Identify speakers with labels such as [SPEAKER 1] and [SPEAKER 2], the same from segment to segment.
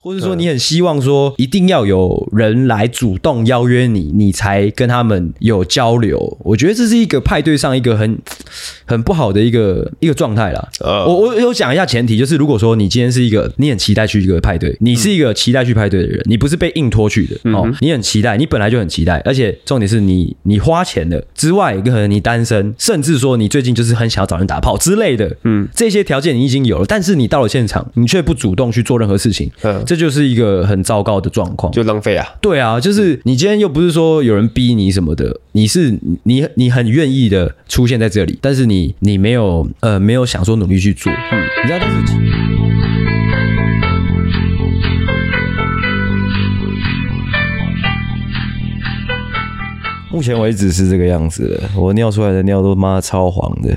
[SPEAKER 1] 或者说你很希望说一定要有人来主动邀约你，你才跟他们有交流。我觉得这是一个派对上一个很很不好的一个一个状态啦。
[SPEAKER 2] 呃
[SPEAKER 1] 我我有讲一下前提，就是如果说你今天是一个你很期待去一个派对，你是一个期待去派对的人，你不是被硬拖去的、哦，你很期待，你本来就很期待，而且重点是你你花钱了之外，可能你单身，甚至说你最近就是很想要找人打炮之类的，嗯，这些条件你已经有了，但是你到了现场，你却不主动去做任何事情，
[SPEAKER 2] 嗯
[SPEAKER 1] 这就是一个很糟糕的状况。
[SPEAKER 2] 就浪费啊。
[SPEAKER 1] 对啊，就是你今天又不是说有人逼你什么的，你是你你很愿意的出现在这里，但是你你没有呃没有想说努力去做，嗯，你知道当时目前为止是这个样子的，我尿出来的尿都妈超黄的，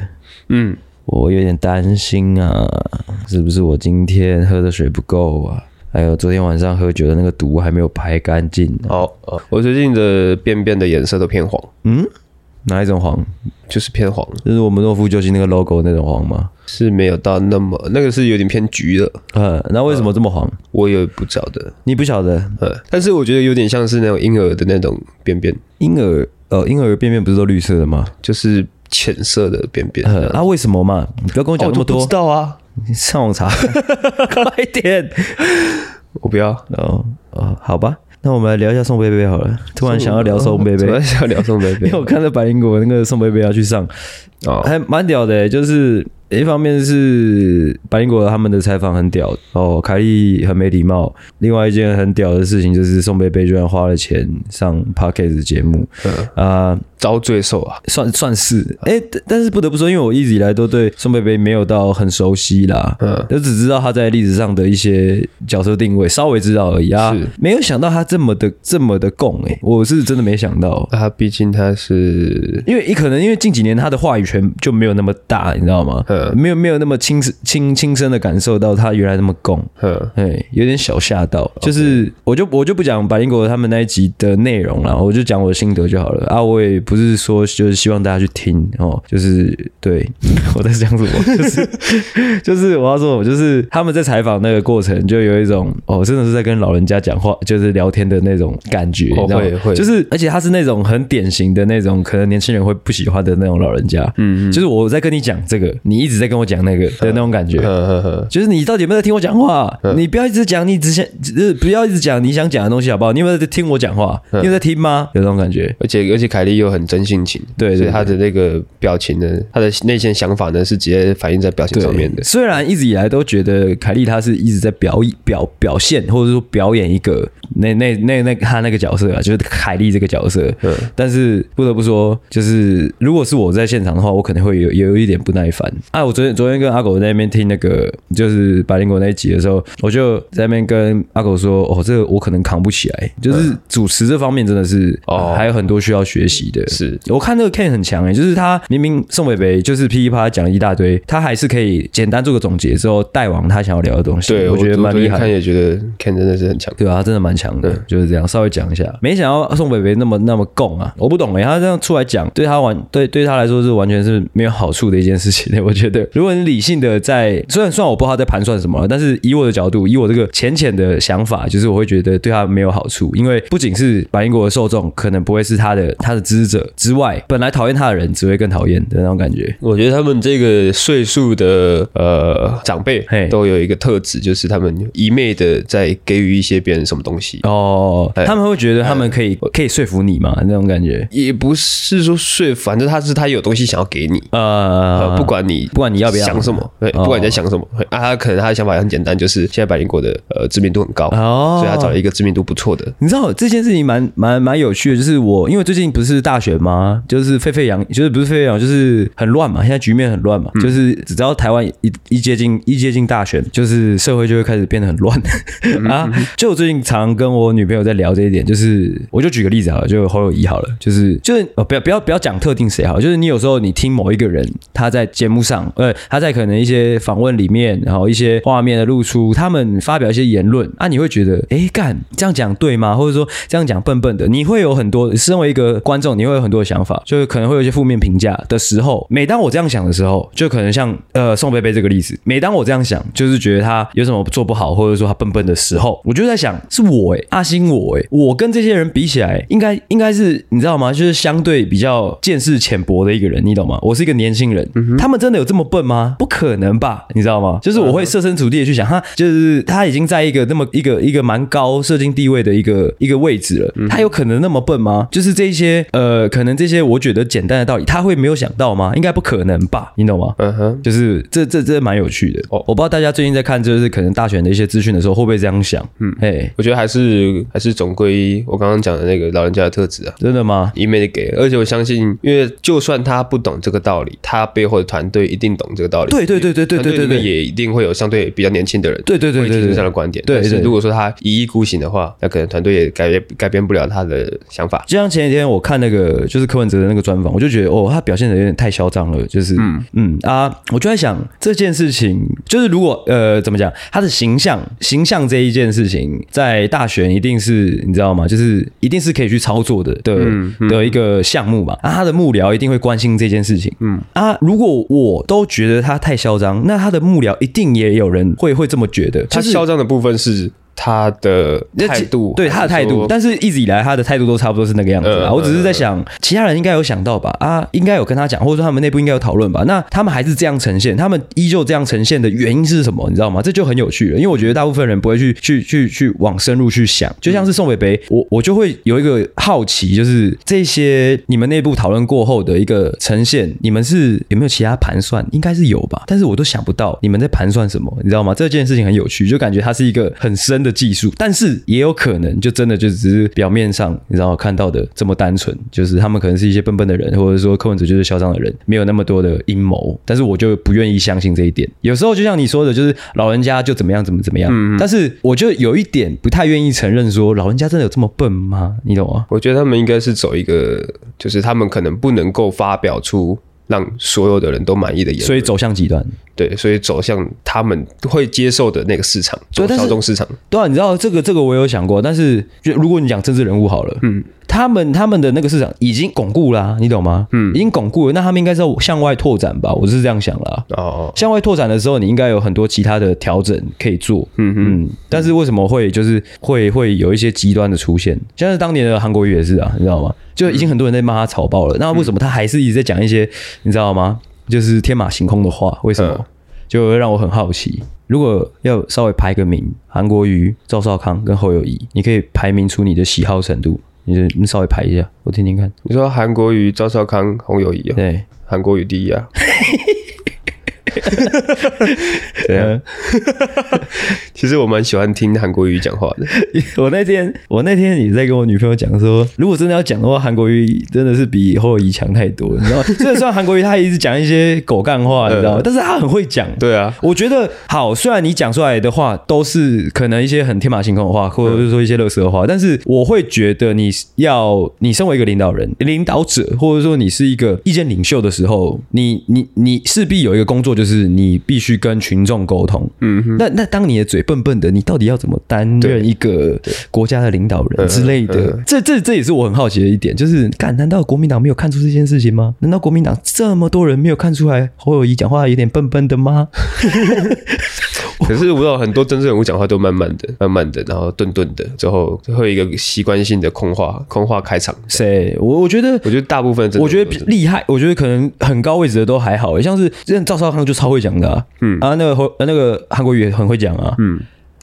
[SPEAKER 2] 嗯，
[SPEAKER 1] 我有点担心啊，是不是我今天喝的水不够啊？还有昨天晚上喝酒的那个毒还没有排干净、啊，
[SPEAKER 2] 好，呃我最近的便便的颜色都偏黄，
[SPEAKER 1] 嗯，哪一种黄？
[SPEAKER 2] 就是偏黄，
[SPEAKER 1] 就是我们诺夫救星那个 logo 那种黄吗？
[SPEAKER 2] 是没有到那么那个是有点偏橘的，
[SPEAKER 1] 呃，那为什么这么黄？
[SPEAKER 2] 我也不晓得。
[SPEAKER 1] 你不晓得？
[SPEAKER 2] 呃，但是我觉得有点像是那种婴儿的那种便便，
[SPEAKER 1] 婴儿呃，婴儿便便不是都绿色的吗？
[SPEAKER 2] 就是浅色的便便。
[SPEAKER 1] 呃，那、为什么嘛？你不要跟我
[SPEAKER 2] 哦
[SPEAKER 1] 讲那
[SPEAKER 2] 我都
[SPEAKER 1] 么
[SPEAKER 2] 不
[SPEAKER 1] 多，
[SPEAKER 2] 知道啊，
[SPEAKER 1] 你上网查， 快点。
[SPEAKER 2] 我不要。
[SPEAKER 1] 哦哦，好吧，那我们来聊一下宋贝贝好了。突然想要聊宋贝贝
[SPEAKER 2] 怎，么想聊宋贝贝
[SPEAKER 1] 因为？我看到百灵果那个宋贝贝要去上，
[SPEAKER 2] 哦，
[SPEAKER 1] 还蛮屌的、欸就是一方面是百灵果他们的采访很屌哦，凯莉很没礼貌。另外一件很屌的事情就是宋贝贝居然花了钱上 Podcast 节目
[SPEAKER 2] 嗯
[SPEAKER 1] 啊、
[SPEAKER 2] 遭罪受啊，
[SPEAKER 1] 算算是哎、但但是不得不说，因为我一直以来都对宋贝贝没有到很熟悉啦，
[SPEAKER 2] 嗯
[SPEAKER 1] 我只知道他在历史上的一些角色定位，稍微知道而已啊
[SPEAKER 2] 是，
[SPEAKER 1] 没有想到他这么的这么的共哎、我是真的没想到。
[SPEAKER 2] 他啊毕竟他是
[SPEAKER 1] 因为也可能因为近几年他的话语权就没有那么大，你知道吗？
[SPEAKER 2] 嗯
[SPEAKER 1] 没有没有那么亲亲亲身的感受到他原来那么共，
[SPEAKER 2] 呃
[SPEAKER 1] 哎，有点小吓到。就是我就我就不讲百灵果他们那一集的内容了，我就讲我的心得就好了啊。我也不是说就是希望大家去听哦，就是对 我在讲什么， 就是就是我要说，我就是他们在采访那个过程，就有一种哦，真的是在跟老人家讲话，就是聊天的那种感觉，
[SPEAKER 2] 哦
[SPEAKER 1] 你知道吗
[SPEAKER 2] 会会
[SPEAKER 1] 就是而且他是那种很典型的那种，可能年轻人会不喜欢的那种老人家，嗯嗯，就是我在跟你讲这个，你一直在跟我讲那个的那种感觉，
[SPEAKER 2] 呃呃呃，
[SPEAKER 1] 就是你到底有没有在听我讲话？你不要一直讲你只想，就是不要一直讲你想讲的东西，好不好？你有没有在听我讲话？你有在听吗？有这种感觉。
[SPEAKER 2] 而且而且凯莉又很真性情，
[SPEAKER 1] 对对
[SPEAKER 2] 所以她的那个表情呢，她的内心想法呢是直接反映在表情上面的。
[SPEAKER 1] 虽然一直以来都觉得凯莉她是一直在表演表表现，或者说表演一个那那那那她那个角色啊，就是凯莉这个角色。
[SPEAKER 2] 嗯
[SPEAKER 1] 但是不得不说，就是如果是我在现场的话，我可能会有有一点不耐烦。啊，我昨天昨天跟阿狗在那边听那个就是百灵果那一集的时候，我就在那边跟阿狗说，哦，这个我可能扛不起来，就是主持这方面真的是
[SPEAKER 2] 嗯哦
[SPEAKER 1] 哦，还有很多需要学习的。
[SPEAKER 2] 是
[SPEAKER 1] 我看那个 Ken 很强诶、欸就是他明明宋北北就是噼里啪啦讲了一大堆，他还是可以简单做个总结之后带往他想要聊的东西。
[SPEAKER 2] 对，
[SPEAKER 1] 我觉得蛮
[SPEAKER 2] 昨
[SPEAKER 1] 厉
[SPEAKER 2] 天
[SPEAKER 1] 害
[SPEAKER 2] 看
[SPEAKER 1] 的。
[SPEAKER 2] 也觉得 Ken 真的是很强。
[SPEAKER 1] 对啊，他真的蛮强的，就是这样。稍微讲一下，没想到宋北北那么那么共啊，我不懂诶、他这样出来讲，对他完对对他来说是完全是没有好处的一件事情、欸 我觉得，如果你理性的在，虽然虽然我不知道他在盘算什么，但是以我的角度，以我这个浅浅的想法，就是我会觉得对他没有好处，因为不仅是百灵果的受众可能不会是他的他的支持者之外，本来讨厌他的人只会更讨厌的那种感觉。
[SPEAKER 2] 我觉得他们这个岁数的呃长辈
[SPEAKER 1] 嘿
[SPEAKER 2] 都有一个特质，就是他们一昧的在给予一些别人什么东西，
[SPEAKER 1] 哦，他们会觉得他们可以可以说服你嘛那种感觉。
[SPEAKER 2] 也不是说说服，反正他是他有东西想要给你，
[SPEAKER 1] 呃
[SPEAKER 2] 呃，，不管你
[SPEAKER 1] 不管你要不哦要
[SPEAKER 2] 想什么，对，不管你在想什么，嘿啊，他可能他的想法也很简单，就是现在百灵果的呃知名度很高，
[SPEAKER 1] 哦
[SPEAKER 2] 所以他找了一个知名度不错的，
[SPEAKER 1] 你知道这件事情蛮蛮蛮有趣的，就是我因为最近不是大选吗？就是沸沸扬，就是不是沸沸扬，就是很乱嘛，现在局面很乱嘛，就是只要台湾一一接近一接近大选，就是社会就会开始变得很乱、啊。就我最近常跟跟我女朋友在聊这一点，就是我就举个例子好了，啊就侯友谊好了，就是就是呃，不要不要不要讲特定谁好了，就是你有时候你听某一个人他在节目上，呃，他在可能一些访问里面，然后一些画面的露出，他们发表一些言论，啊，你会觉得，哎，干这样讲对吗？或者说这样讲笨笨的，你会有很多，身为一个观众，你会有很多的想法，就是可能会有一些负面评价的时候，每当我这样想的时候，就可能像呃宋贝贝这个例子，每当我这样想，就是觉得他有什么做不好，或者说他笨笨的时候，我就在想，是我诶、阿星我诶、我跟这些人比起来，应该应该是你知道吗？就是相对比较见识浅薄的一个人，你懂吗？我是一个年轻人，
[SPEAKER 2] 嗯
[SPEAKER 1] 他们真的有这么笨吗？不可能吧，你知道吗？就是我会设身处地的去想，他就是他已经在一个那么一个一个蛮高社经地位的一个一个位置了，
[SPEAKER 2] 嗯
[SPEAKER 1] 他有可能那么笨吗？就是这些呃，可能这些我觉得简单的道理，他会没有想到吗？应该不可能吧，你懂吗？
[SPEAKER 2] 嗯哼，
[SPEAKER 1] 就是这这这蛮有趣的，
[SPEAKER 2] 哦
[SPEAKER 1] 我不知道大家最近在看就是可能大选的一些资讯的时候，会不会这样想？嗯，嘿，
[SPEAKER 2] 我觉得还是还是总归我刚刚讲的那个老人家的特质啊。
[SPEAKER 1] 真的吗？
[SPEAKER 2] 一面的给，而且我相信，因为就算他不懂这个道理，他背后的团队一定懂这个道理。
[SPEAKER 1] 对对对对对对
[SPEAKER 2] 团队
[SPEAKER 1] 对
[SPEAKER 2] 里面
[SPEAKER 1] 对，
[SPEAKER 2] 也一定会有相对比较年轻的人，
[SPEAKER 1] 对对对
[SPEAKER 2] 会
[SPEAKER 1] 对
[SPEAKER 2] 提出
[SPEAKER 1] 对
[SPEAKER 2] 这样的观点。
[SPEAKER 1] 对
[SPEAKER 2] 但是
[SPEAKER 1] 对
[SPEAKER 2] 如果说他一意孤行的话，那可能团队也改变改变不了他的想法。
[SPEAKER 1] 就像前几天我看那个就是柯文哲的那个专访，我就觉得哦，他表现的有点太嚣张了，就是嗯啊，我就在想这件事情，就是如果呃怎么讲，他的形象形象这一件事情，在大选一定是你知道吗？就是一定是可以去操作的的、
[SPEAKER 2] 嗯
[SPEAKER 1] 的一个项目嘛，啊，他的幕僚一定会关心这件事情，嗯啊，如果我都觉得他太嚣张，那他的幕僚一定也有人会会这么觉得，
[SPEAKER 2] 他
[SPEAKER 1] 就是
[SPEAKER 2] 嚣张的部分是他的
[SPEAKER 1] 那
[SPEAKER 2] 态
[SPEAKER 1] 其
[SPEAKER 2] 度，
[SPEAKER 1] 对他的态度，但
[SPEAKER 2] 但
[SPEAKER 1] 是一直以来他的态度都差不多是那个样子啦。
[SPEAKER 2] 嗯
[SPEAKER 1] 我只是在想，其他人应该有想到吧？啊，应该有跟他讲，或者说他们内部应该有讨论吧？那他们还是这样呈现，他们依旧这样呈现的原因是什么？你知道吗？这就很有趣了，因为我觉得大部分人不会去去去去往深入去想，就像是宋北北，我我就会有一个好奇，就是这些你们内部讨论过后的一个呈现，你们是有没有其他盘算？应该是有吧，但是我都想不到你们在盘算什么，你知道吗？这件事情很有趣，就感觉它是一个很深的技术，但是也有可能就真的就只是表面上你知道看到的这么单纯，就是他们可能是一些笨笨的人，或者说柯文哲就是嚣张的人，没有那么多的阴谋。但是我就不愿意相信这一点。有时候就像你说的，就是老人家就怎么样怎么怎么样，但是我就有一点不太愿意承认说老人家真的有这么笨吗？你懂吗？
[SPEAKER 2] 我觉得他们应该是走一个，就是他们可能不能够发表出让所有的人都满意的言论，
[SPEAKER 1] 所以走向极端。
[SPEAKER 2] 对，所以走向他们会接受的那个市场，
[SPEAKER 1] 对
[SPEAKER 2] 走
[SPEAKER 1] 但是
[SPEAKER 2] 小众市场。
[SPEAKER 1] 对啊，你知道这个这个我有想过，但是就如果你讲政治人物好了，嗯，他们他们的那个市场已经巩固啦、你懂吗？嗯，已经巩固了，那他们应该是要向外拓展吧？我是这样想啦。
[SPEAKER 2] 哦，
[SPEAKER 1] 向外拓展的时候，你应该有很多其他的调整可以做，嗯嗯。但是为什么会就是会会有一些极端的出现？像是当年的韩国瑜也是啊，你知道吗？就已经很多人在骂他草爆了，那为什么他还是一直在讲一些你知道吗？就是天马行空的话？为什么？
[SPEAKER 2] 嗯
[SPEAKER 1] 就会让我很好奇。如果要稍微排个名，韩国瑜、赵少康跟侯友谊，你可以排名出你的喜好程度，你就你稍微排一下，我听听看。
[SPEAKER 2] 你说韩国瑜、赵少康、洪友谊啊，
[SPEAKER 1] 对，
[SPEAKER 2] 韩国瑜第一啊，
[SPEAKER 1] 对啊。
[SPEAKER 2] 其实我蛮喜欢听韩国瑜讲话 的。
[SPEAKER 1] 我那天我那天也在跟我女朋友讲说，如果真的要讲的话，韩国瑜真的是比侯友谊强太多了，你知道吗？虽然说韩国瑜他一直讲一些狗干话，你知道吗？但是他很会讲。
[SPEAKER 2] 对啊，
[SPEAKER 1] 我觉得好，虽然你讲出来的话都是可能一些很天马行空的话，或者是说一些乐色的话，但是我会觉得你要你身为一个领导人、领导者，或者说你是一个意见领袖的时候，你你你势必有一个工作，就是你必须跟群众沟通。
[SPEAKER 2] 嗯哼，
[SPEAKER 1] 那那当你的嘴笨笨的，你到底要怎么担任一个国家的领导人之类
[SPEAKER 2] 嗯
[SPEAKER 1] 的？这这这也是我很好奇的一点，就是，干，难道国民党没有看出这件事情吗？难道国民党这么多人没有看出来侯友谊讲话有点笨笨的吗？
[SPEAKER 2] 可是我知道很多真正人物讲话都慢慢的、 慢慢的，然后顿顿的，之后就会有一个习惯性的空话、空话开场。
[SPEAKER 1] 谁？我我觉得
[SPEAKER 2] 我觉得大部分真的
[SPEAKER 1] 我觉得
[SPEAKER 2] 都
[SPEAKER 1] 比
[SPEAKER 2] 是
[SPEAKER 1] 厉害，我觉得可能很高位置的都还好，欸像是之前赵少康就超会讲的、啊，嗯啊，那个侯呃那个韩国语也很会讲啊，嗯。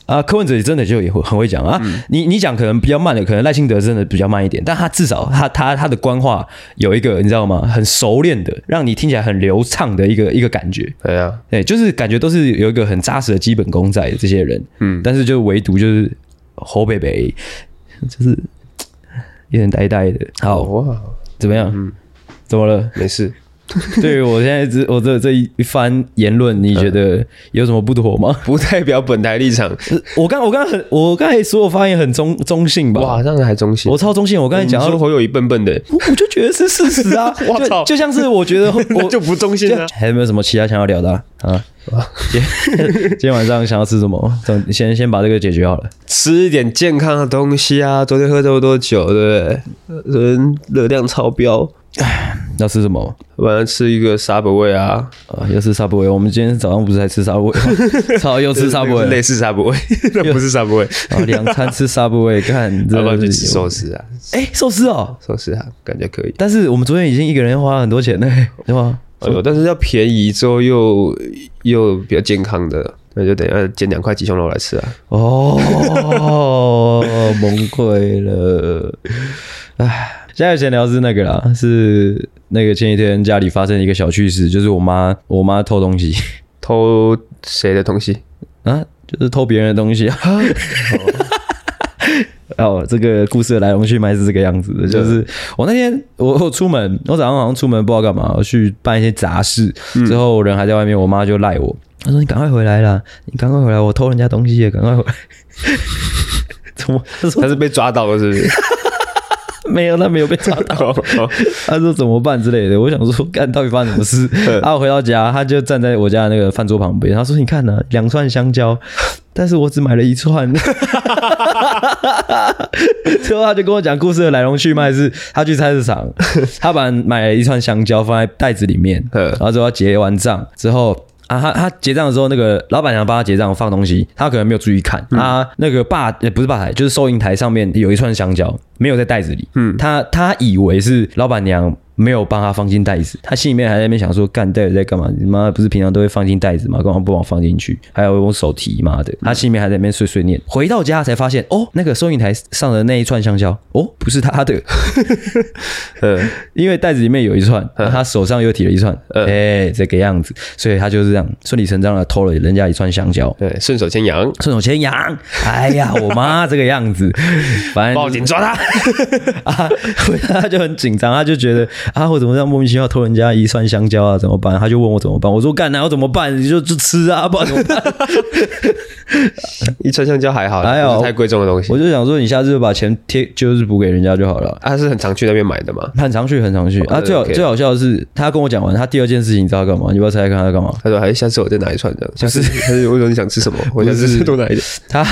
[SPEAKER 1] 啊，柯文哲也真的就也会很会讲啊。你你讲可能比较慢的，可能赖清德真的比较慢一点，但他至少他他他的官话有一个你知道吗？很熟练的，让你听起来很流畅的一个一个感觉。
[SPEAKER 2] 哎呀，
[SPEAKER 1] 对，就是感觉都是有一个很扎实的基本功在的这些人，嗯，但是就唯独就是侯北北，就是有点呆呆的。好，
[SPEAKER 2] 哇，
[SPEAKER 1] 嗯 怎么样？怎么了？
[SPEAKER 2] 没事，
[SPEAKER 1] 对于我现在这我这这一番言论，你觉得有什么不妥吗？
[SPEAKER 2] 不代表本台立场。
[SPEAKER 1] 我刚我刚很我刚才所有发言很中中性吧？
[SPEAKER 2] 哇，这样还中性
[SPEAKER 1] 我。超中性，我刚才讲
[SPEAKER 2] 你
[SPEAKER 1] 到
[SPEAKER 2] 说侯友谊笨笨的，
[SPEAKER 1] 我我就觉得是事实 啊！
[SPEAKER 2] 我
[SPEAKER 1] 就
[SPEAKER 2] 操
[SPEAKER 1] 就像是我觉 得我
[SPEAKER 2] 那就不中性啊
[SPEAKER 1] 就还有没有什么其他想要聊的啊？啊今天 今天晚上想要吃什么？总先先把这个解决好了。
[SPEAKER 2] 吃一点健康的东西啊！昨天喝这么多酒，对不对？人热量超标，
[SPEAKER 1] 要吃什么？
[SPEAKER 2] 晚上吃一个 Subway 啊，
[SPEAKER 1] 啊，要吃 Subway。我们今天早上不是还吃 Subway，吗 操，又吃
[SPEAKER 2] 那个是
[SPEAKER 1] Subway，
[SPEAKER 2] 类似 Subway，那 不是 Subway，
[SPEAKER 1] 啊，两餐吃 Subway，看
[SPEAKER 2] 要不
[SPEAKER 1] 这
[SPEAKER 2] 然去吃寿司啊，
[SPEAKER 1] 哎寿司哦。
[SPEAKER 2] 寿司啊，感觉可以。
[SPEAKER 1] 但是我们昨天已经一个人花了很多钱 了，对吗？
[SPEAKER 2] 哎呦，但是要便宜之后又又比较健康的，那就等一下煎两块鸡胸肉来吃啊。
[SPEAKER 1] 哦， 崩溃了！唉，现在闲聊是那个啦，是那个前几天家里发生一个小趣事，就是我妈我妈偷东西
[SPEAKER 2] 偷谁的东西？
[SPEAKER 1] 啊，就是偷别人的东西啊。哦，这个故事的来龙去脉是这个样子的，就是我那天我我出门，我早上好像出门不知道干嘛，我去办一些杂事，之后我人还在外面，我妈就赖我，她说你赶快回来啦，你赶快回来，我偷人家东西了，赶快回来。怎么？她说
[SPEAKER 2] 他是被抓到了，是不是？
[SPEAKER 1] 没有，他没有被抓到。
[SPEAKER 2] 哦哦
[SPEAKER 1] 他说怎么办之类的，我想说，干到底发生什么事？然后回到家，他就站在我家的那个饭桌旁边，他说：“你看呢、两串香蕉，但是我只买了一串。” 之后他就跟我讲故事的来龙去脉是，他去菜市场，他把买了一串香蕉放在袋子里面，
[SPEAKER 2] 嗯
[SPEAKER 1] 然后之后他结完账之后。啊，他他结账的时候，那个老板娘帮他结账放东西，他可能没有注意看、啊。那个吧，呃不是吧台，就是收银台上面有一串香蕉，没有在袋子里。嗯，他他以为是老板娘没有帮他放进袋子，他心里面还在那边想说，干袋子在干嘛？你妈不是平常都会放进袋子吗？干嘛不帮我放进去？还有我手提妈的，他心里面还在那边碎碎念。回到家才发现，哦，那个收银台上的那一串香蕉，哦，不是他的，
[SPEAKER 2] 嗯，
[SPEAKER 1] 因为袋子里面有一串，然后他手上又提了一串，哎、
[SPEAKER 2] 嗯
[SPEAKER 1] 这个样子，所以他就是这样顺理成章的偷了人家一串香蕉，
[SPEAKER 2] 对，顺手牵羊，
[SPEAKER 1] 顺手牵羊。哎 呀，我妈这个样子，反正
[SPEAKER 2] 报警抓他。
[SPEAKER 1] 啊，他就很紧张，他就觉得啊，我怎么这样莫名其妙偷人家一串香蕉啊？怎么办？他就问我怎么办，我说干，然后怎么办？你就就吃啊，不然怎么 办？
[SPEAKER 2] 一串香蕉还好，
[SPEAKER 1] 还好
[SPEAKER 2] 不是太贵重的东西。
[SPEAKER 1] 我就想说，你下次就把钱贴，就是补给人家就好了。
[SPEAKER 2] 他是很常去那边买的嘛。
[SPEAKER 1] 很常去，很常去啊！
[SPEAKER 2] 哦
[SPEAKER 1] 最好
[SPEAKER 2] OK
[SPEAKER 1] 最好笑的是，他跟我讲完，他第二件事情你知道他干嘛？你不要猜猜看他干嘛？
[SPEAKER 2] 他说：“还是哎下次我再拿一串这样。”就是 他是我说你想吃什么，我想吃多拿一点。
[SPEAKER 1] 他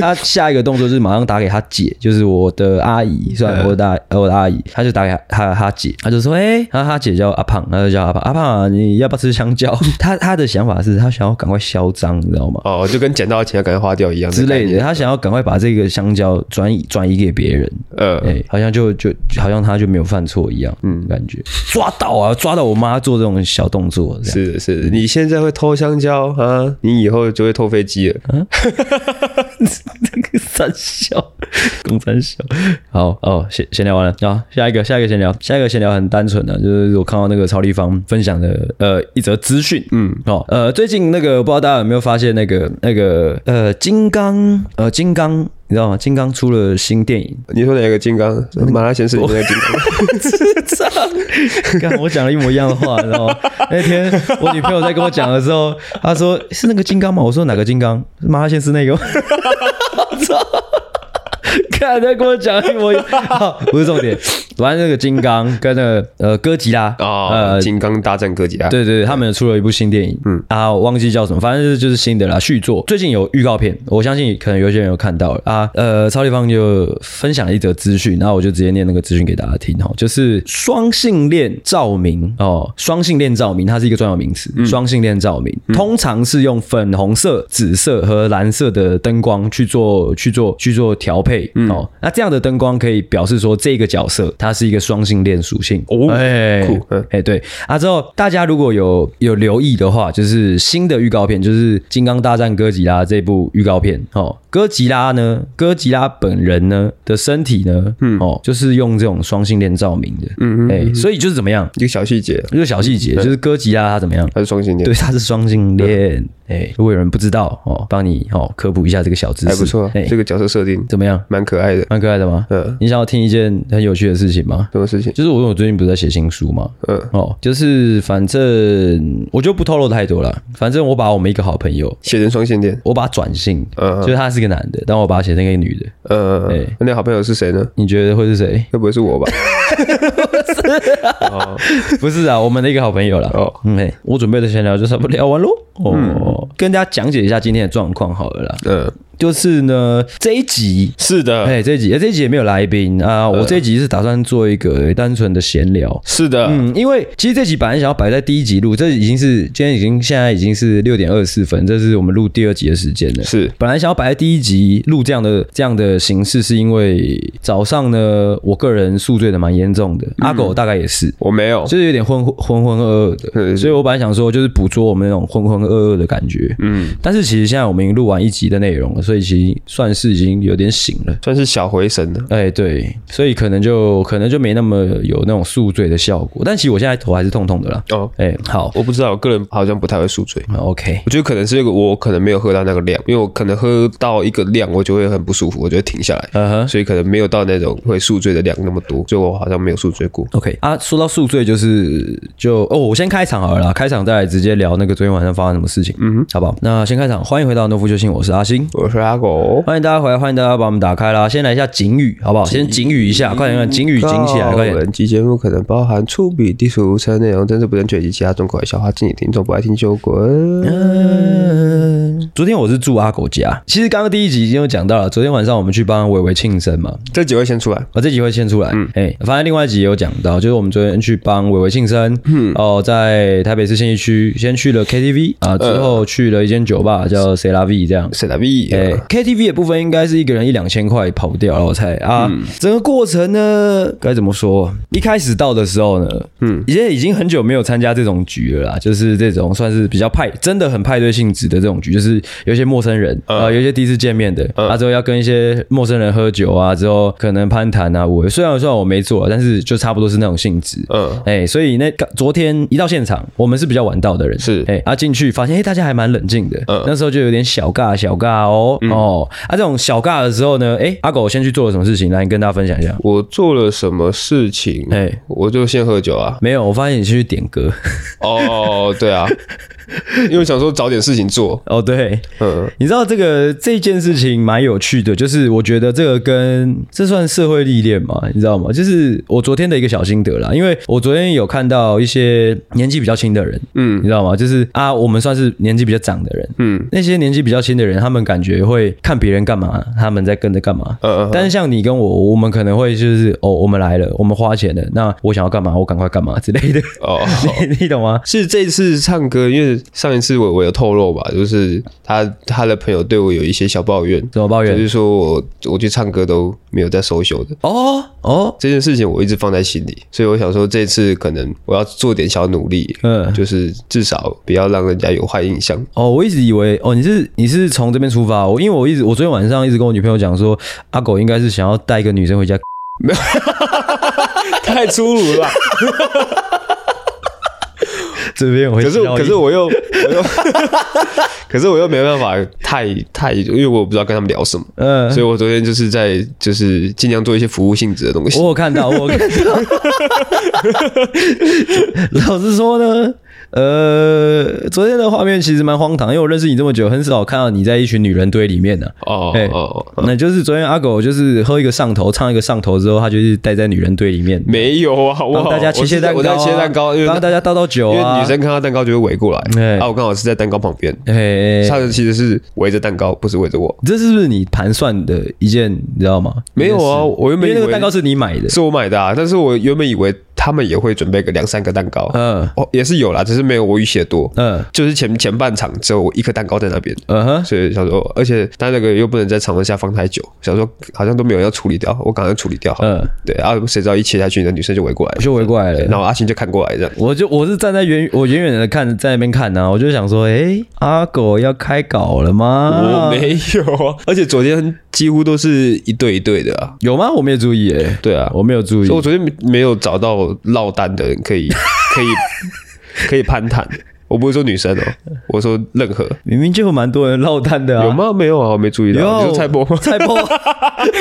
[SPEAKER 1] 他下一个动作就是马上打给他姐，就是我的阿姨，
[SPEAKER 2] 嗯
[SPEAKER 1] 算我的大呃我的阿姨，他就打给他他他姐，他就说，哎、然后他姐叫阿胖，他就叫阿胖，阿胖、啊、你要不要吃香蕉？ 他他的想法是他想要赶快嚣张，你知道吗？
[SPEAKER 2] 哦，就跟捡到的钱要赶快花掉一样
[SPEAKER 1] 之类的，
[SPEAKER 2] 的概念。
[SPEAKER 1] 他想要赶快把这个香蕉转移转移给别人，哎、
[SPEAKER 2] 呃，
[SPEAKER 1] 好像就就好像他就没有犯错一样，嗯，感觉抓到啊，抓到我妈做这种小动作，这样
[SPEAKER 2] 是的是的，你现在会偷香蕉啊，你以后就会偷飞机了。
[SPEAKER 1] 嗯那个三小， 公三小。好哦，闲闲聊完了啊，下一个下一个闲聊，下一个闲聊很单纯的、就是我看到那个曹立芳分享的呃一则资讯，嗯哦呃最近那个不知道大家有没有发现那个那个呃金刚呃金刚你知道吗？金刚出了新电影，
[SPEAKER 2] 你说哪个金刚？马拉先生里面的 金刚？
[SPEAKER 1] 刚我讲了一模一样的话，然后那天我女朋友在跟我讲的时候，她说是那个金刚吗？我说哪个金刚？是马哈先是那个 吗。我操！看他跟我讲一模一样，好不是重点。玩那个金刚跟那个呃哥吉拉
[SPEAKER 2] 哦，
[SPEAKER 1] 呃
[SPEAKER 2] 金刚大战哥吉拉。
[SPEAKER 1] 对对，对他们有出了一部新电影，嗯啊，我忘记叫什么，反正就是就是新的啦，续作。最近有预告片，我相信可能有些人有看到了啊。呃，超立方就分享了一则资讯，然后我就直接念那个资讯给大家听哦，就是双性恋照明哦，双性恋照明它是一个专有名词，
[SPEAKER 2] 嗯
[SPEAKER 1] 双性恋照明通常是用粉红色、紫色和蓝色的灯光去做去做去做调配
[SPEAKER 2] 嗯
[SPEAKER 1] 哦。那这样的灯光可以表示说这个角色它是一个双性恋属性
[SPEAKER 2] 哦
[SPEAKER 1] 哎，
[SPEAKER 2] 酷嗯
[SPEAKER 1] 哎、对啊，之后大家如果有有留意的话，就是新的预告片，就是《金刚大战哥吉拉》这部预告片哦，《哥吉拉呢，哥吉拉本人呢的身体呢，哦，就是用这种双性恋照明的，嗯嗯，哎，所以就是怎么样，
[SPEAKER 2] 一个小细节，
[SPEAKER 1] 一个小细节，就是哥吉拉他怎么样，
[SPEAKER 2] 他是双性恋
[SPEAKER 1] 对，，他是双性恋，哎，如果有人不知道哦，帮你哦科普一下这个小知识，
[SPEAKER 2] 还不错，啊
[SPEAKER 1] 哎，
[SPEAKER 2] 这个角色设定
[SPEAKER 1] 怎么样，
[SPEAKER 2] 蛮可爱的。
[SPEAKER 1] 蛮可爱的吗？
[SPEAKER 2] 嗯，
[SPEAKER 1] 你想要听一件很有趣的事情吗？
[SPEAKER 2] 什么事情？
[SPEAKER 1] 就是我我最近不是在写新书嘛，
[SPEAKER 2] 嗯，
[SPEAKER 1] 哦，就是反正我就不透露太多了。反正我把我们一个好朋友，
[SPEAKER 2] 写成双性恋。
[SPEAKER 1] 我把他转性，
[SPEAKER 2] 嗯
[SPEAKER 1] 就是他是个男的，但我把他写成一个女的。
[SPEAKER 2] 呃
[SPEAKER 1] 哎，
[SPEAKER 2] 那好朋友是谁呢？？
[SPEAKER 1] 你觉得会是谁
[SPEAKER 2] 会不会是我吧？
[SPEAKER 1] 不是啊，我们的一个好朋友啦。
[SPEAKER 2] 哦
[SPEAKER 1] 哦，嗯，嘿我准备的闲聊就差不多聊完喽。哦，跟大家讲解一下今天的状况好了啦。
[SPEAKER 2] 嗯，
[SPEAKER 1] 就是呢，这一集
[SPEAKER 2] 是的，
[SPEAKER 1] 哎，这一集，哎，这一集也没有来宾啊。
[SPEAKER 2] 嗯
[SPEAKER 1] 我这一集是打算做一个哎单纯的闲聊。
[SPEAKER 2] 是的，
[SPEAKER 1] 嗯，因为其实这集本来想要摆在第一集录，这已经是今天已经现在已经是六点二十四分，这是我们录第二集的时间了。
[SPEAKER 2] 是
[SPEAKER 1] 本来想要摆在第一集录这样的这样的形式，是因为早上呢，我个人宿醉的蛮严重
[SPEAKER 2] 嗯
[SPEAKER 1] 的，阿狗大概也是，
[SPEAKER 2] 我没有，
[SPEAKER 1] 就是有点浑浑浑噩噩
[SPEAKER 2] 对
[SPEAKER 1] 的，所以我本来想说就是捕捉我们那种浑浑噩噩的感觉。
[SPEAKER 2] 嗯，
[SPEAKER 1] 但是其实现在我们已经录完一集的内容了，所以其实算是已经有点醒了。
[SPEAKER 2] 算是小回神了。
[SPEAKER 1] 哎，对，所以可能就可能就没那么有那种宿醉的效果，但其实我现在头还是痛痛的啦。
[SPEAKER 2] 哦，
[SPEAKER 1] 哎，好
[SPEAKER 2] 我不知道，我个人好像不太会宿醉。
[SPEAKER 1] 哦，OK，
[SPEAKER 2] 我觉得可能是我可能没有喝到那个量，因为我可能喝到一个量，我就会很不舒服，我就会停下来，
[SPEAKER 1] 嗯哼
[SPEAKER 2] 所以可能没有到那种会宿醉的量那么多，所以我好像没有宿醉过。
[SPEAKER 1] ，OK 啊，说到宿醉就是就哦，我先开场好了啦，开场再来直接聊那个昨天晚上发生什么事情，嗯，好不好？那先开场，欢迎回到诺夫救星，我是阿星。
[SPEAKER 2] 我是阿狗，
[SPEAKER 1] 欢迎大家回来，欢迎大家把我们打开啦！先来一下警语，好不好？先警语一下，快点，快点警语警起来，快点！
[SPEAKER 2] 本期节目可能包含粗鄙、低俗、无内容、政治不正确以及其他中国的笑话，敬请听众不爱听就滚。
[SPEAKER 1] 嗯，昨天我是住阿狗家，其实刚刚第一集已经有讲到了，昨天晚上我们去帮伟伟庆生嘛，
[SPEAKER 2] 这几位先出来，
[SPEAKER 1] 啊，这集会先出来。嗯，哎、反正另外一集也有讲到，就是我们昨天去帮伟伟庆生，嗯，哦，在台北市信义区先去了 KTV 啊，之后去了一间酒吧叫 C La V 这样。
[SPEAKER 2] 谁来比？
[SPEAKER 1] 哎、k t v 的部分应该是一个人一两千块跑不掉了，我猜啊。整个过程呢，该怎么说？一开始到的时候呢，嗯，已经已经很久没有参加这种局了啦，就是这种算是比较派，真的很派对性质的这种局，就是有一些陌生人啊、有一些第一次见面的，啊之后要跟一些陌生人喝酒啊，之后可能攀谈啊。我虽然虽然我没做，啊但是就差不多是那种性质。
[SPEAKER 2] 嗯，
[SPEAKER 1] 哎、所以那个昨天一到现场，我们是比较晚到的人，
[SPEAKER 2] 是
[SPEAKER 1] 哎、啊进去发现哎、大家还蛮冷静的，那时候就有点小尬小尬哦、哦，啊这种小尬的时候呢，哎、阿狗先去做了什么事情？来，你跟大家分享一下。
[SPEAKER 2] 我做了什么事情？
[SPEAKER 1] 哎
[SPEAKER 2] 我就先喝酒啊。
[SPEAKER 1] 没有，我发现你是去点歌
[SPEAKER 2] 哦，对 啊，因为想说找点事情做。
[SPEAKER 1] 哦，对，
[SPEAKER 2] 嗯，
[SPEAKER 1] 你知道这个这件事情蛮有趣的，就是我觉得这个跟这算社会历练嘛，你知道吗？就是我昨天的一个小心得啦，因为我昨天有看到一些年纪比较轻的人，嗯，你知道吗？就是啊，我们算是年纪比较长的人，嗯，那些年纪比较轻的人，他们感觉会看别人干嘛，他们在跟着干嘛。
[SPEAKER 2] 嗯嗯
[SPEAKER 1] 但是像你跟我，我们可能会就是哦，我们来了，我们花钱了，那我想要干嘛，我赶快干嘛之类的，
[SPEAKER 2] 哦，
[SPEAKER 1] 你你懂吗？
[SPEAKER 2] 是这次唱歌，因为上一次我我有透露吧，就是他他的朋友对我有一些小抱怨，
[SPEAKER 1] 怎么抱
[SPEAKER 2] 就
[SPEAKER 1] 怨？
[SPEAKER 2] 是说我我去唱歌都没有在收袖的。
[SPEAKER 1] 哦哦，
[SPEAKER 2] 这件事情我一直放在心里，所以我想说这次可能我要做点小努力，
[SPEAKER 1] 嗯，
[SPEAKER 2] 就是至少不要让人家有坏印象。
[SPEAKER 1] 哦，我一直以为哦，你是你是从这边出发，我因为我一直我昨天晚上一直跟我女朋友讲说，阿狗应该是想要带一个女生回家，
[SPEAKER 2] 太粗鲁了吧？
[SPEAKER 1] 这边我会
[SPEAKER 2] 可是
[SPEAKER 1] 笑
[SPEAKER 2] 可
[SPEAKER 1] 你
[SPEAKER 2] 是我又我又， 可是我又没办法太太，因为我不知道跟他们聊什么，
[SPEAKER 1] 嗯、
[SPEAKER 2] 所以我昨天就是在就是尽量做一些服务性质的东西。
[SPEAKER 1] 我有看到，我有看到。 老实说呢，呃，昨天的画面其实蛮荒唐，因为我认识你这么久，很少看到你在一群女人堆里面的、
[SPEAKER 2] 哦
[SPEAKER 1] 哎
[SPEAKER 2] 哦，哦
[SPEAKER 1] 那就是昨天阿狗就是喝一个上头，唱一个上头之后，他就是待在女人堆里面，
[SPEAKER 2] 没有啊，我
[SPEAKER 1] 帮大家
[SPEAKER 2] 我
[SPEAKER 1] 切
[SPEAKER 2] 是
[SPEAKER 1] 切
[SPEAKER 2] 在
[SPEAKER 1] 蛋糕、啊，
[SPEAKER 2] 我在切蛋糕，因为
[SPEAKER 1] 帮大家倒倒酒
[SPEAKER 2] 因为
[SPEAKER 1] 啊，
[SPEAKER 2] 女生看到蛋糕就会围过来，
[SPEAKER 1] 哎
[SPEAKER 2] 啊，我刚好是在蛋糕旁边，
[SPEAKER 1] 哎，哎哎
[SPEAKER 2] 他们其实是围着蛋糕，不是围着我。
[SPEAKER 1] 这是不是你盘算的一件，你知道吗？
[SPEAKER 2] 没有啊
[SPEAKER 1] 一件事
[SPEAKER 2] 我原本
[SPEAKER 1] 因为那
[SPEAKER 2] 以为
[SPEAKER 1] 个蛋糕是你买的，
[SPEAKER 2] 是我买的啊，但是我原本以为他他们也会准备个两三个蛋糕。
[SPEAKER 1] 嗯
[SPEAKER 2] 哦，也是有啦，只是没有我预期的多。
[SPEAKER 1] 嗯
[SPEAKER 2] 就是前前半场只有我一颗蛋糕在那边，
[SPEAKER 1] 嗯哼，
[SPEAKER 2] 所以想说，哦而且他那个又不能在常温下放太久，想说好像都没有人要处理掉，我赶快处理掉好了。
[SPEAKER 1] 嗯
[SPEAKER 2] 对，然后谁知道一切下去，那女生就围过来
[SPEAKER 1] 我，就围过来
[SPEAKER 2] 对
[SPEAKER 1] 了。
[SPEAKER 2] 然后阿星就看过来这样。
[SPEAKER 1] 我就我是站在远，我远远的看，在那边看呢、啊我就想说，诶，阿狗要开搞了吗？
[SPEAKER 2] 我没有 啊，而且昨天几乎都是一对一对的啊。
[SPEAKER 1] 有吗？我没有注意、诶，
[SPEAKER 2] 对啊，
[SPEAKER 1] 我没有注意
[SPEAKER 2] 所以。我昨天没没有找到落单的人可以可 以可以攀谈。我不是说女生哦，我说任何
[SPEAKER 1] 明明就有蛮多人落单的啊，
[SPEAKER 2] 有？吗？啊没有啊，我没注意到。你
[SPEAKER 1] 有
[SPEAKER 2] 说蔡波吗？
[SPEAKER 1] 蔡波，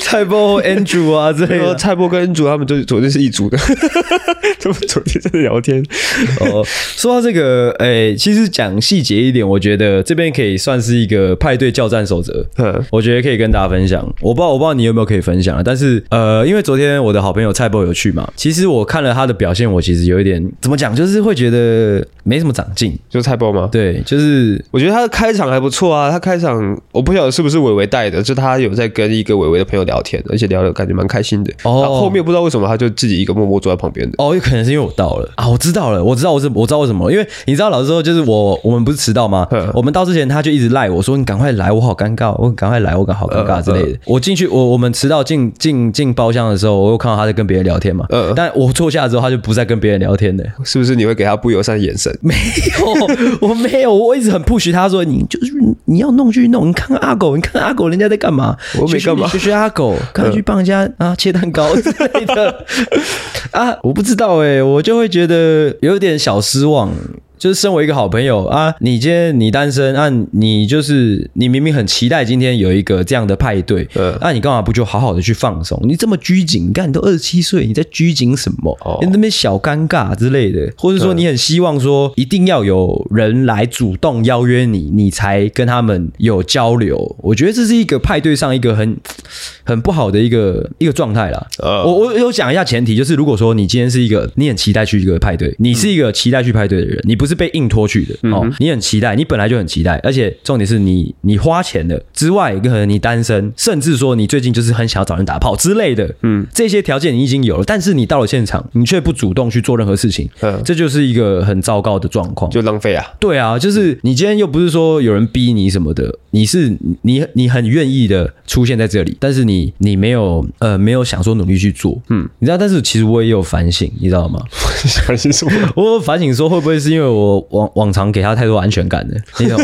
[SPEAKER 1] 蔡波、Andrew 啊之类
[SPEAKER 2] 说
[SPEAKER 1] 的。
[SPEAKER 2] 蔡波跟恩主他们就是昨天是一组的， 他们昨天在聊天。
[SPEAKER 1] 哦，说到这个，诶，其实讲细节一点，我觉得这边可以算是一个派对叫战守则。
[SPEAKER 2] 嗯
[SPEAKER 1] 我觉得可以跟大家分享。我不知道，我不知道你有没有可以分享啊，但是呃，因为昨天我的好朋友蔡波有去嘛，其实我看了他的表现，我其实有一点怎么讲，就是会觉得没什么长进。
[SPEAKER 2] 就是蔡波吗？
[SPEAKER 1] 对，就是
[SPEAKER 2] 我觉得他的开场还不错啊，他开场我不晓得是不是伟伟带的，就他有在跟一个伟伟的朋友聊天，而且聊的感觉蛮开心的。
[SPEAKER 1] 哦
[SPEAKER 2] 然后后面不知道为什么他就自己一个默默坐在旁边的。
[SPEAKER 1] 哦，有可能是因为我到了啊，我知道了，我知道我是我知道为什么，因为你知道，老实说，就是我我们不是迟到吗
[SPEAKER 2] 嗯？
[SPEAKER 1] 我们到之前他就一直赖我说你赶快来，我好尴尬，我赶快来，我好尴尬之类的。我进去，我我们迟到进进进包厢的时候，我又看到他在跟别人聊天嘛，
[SPEAKER 2] 嗯
[SPEAKER 1] 但我坐下之后，他就不再跟别人聊天了。
[SPEAKER 2] 是不是你会给他不友善的眼神？
[SPEAKER 1] 没有， 我没有，我一直很 push 他说你就是你要弄就去弄，你看看阿狗，你看看阿狗人家在干嘛，
[SPEAKER 2] 我没
[SPEAKER 1] 学学
[SPEAKER 2] 干嘛
[SPEAKER 1] 你学学阿 狗，看他去帮人家、啊切蛋糕之类的啊，我不知道哎、我就会觉得有点小失望。就是身为一个好朋友啊，你今天你单身啊，你就是你明明很期待今天有一个这样的派对，那、
[SPEAKER 2] 嗯
[SPEAKER 1] 你干嘛不就好好的去放松？你这么拘谨，你看你都二十七岁，你在拘谨什么？
[SPEAKER 2] 哦
[SPEAKER 1] 你那边小尴尬之类的，或者说你很希望说一定要有人来主动邀约你，你才跟他们有交流。我觉得这是一个派对上一个很很不好的一个一个状态啦。
[SPEAKER 2] 呃
[SPEAKER 1] 我我有讲一下前提，就是如果说你今天是一个你很期待去一个派对，你是一个期待去派对的人，你不是被硬拖去的哦，你很期待，你本来就很期待，而且重点是你你花钱的之外，可能你单身，甚至说你最近就是很想要找人打炮之类的，嗯，这些条件你已经有了，但是你到了现场，你却不主动去做任何事情，
[SPEAKER 2] 嗯
[SPEAKER 1] 这就是一个很糟糕的状况。
[SPEAKER 2] 就浪费啊。
[SPEAKER 1] 对啊，就是你今天又不是说有人逼你什么的，你是你你很愿意的出现在这里，但是你你没有呃没有想说努力去做，嗯，你知道，但是其实我也有反省，你知道吗？
[SPEAKER 2] 想清楚，
[SPEAKER 1] 我有反省说会不会是因为我往往常给他太多安全感了，你懂？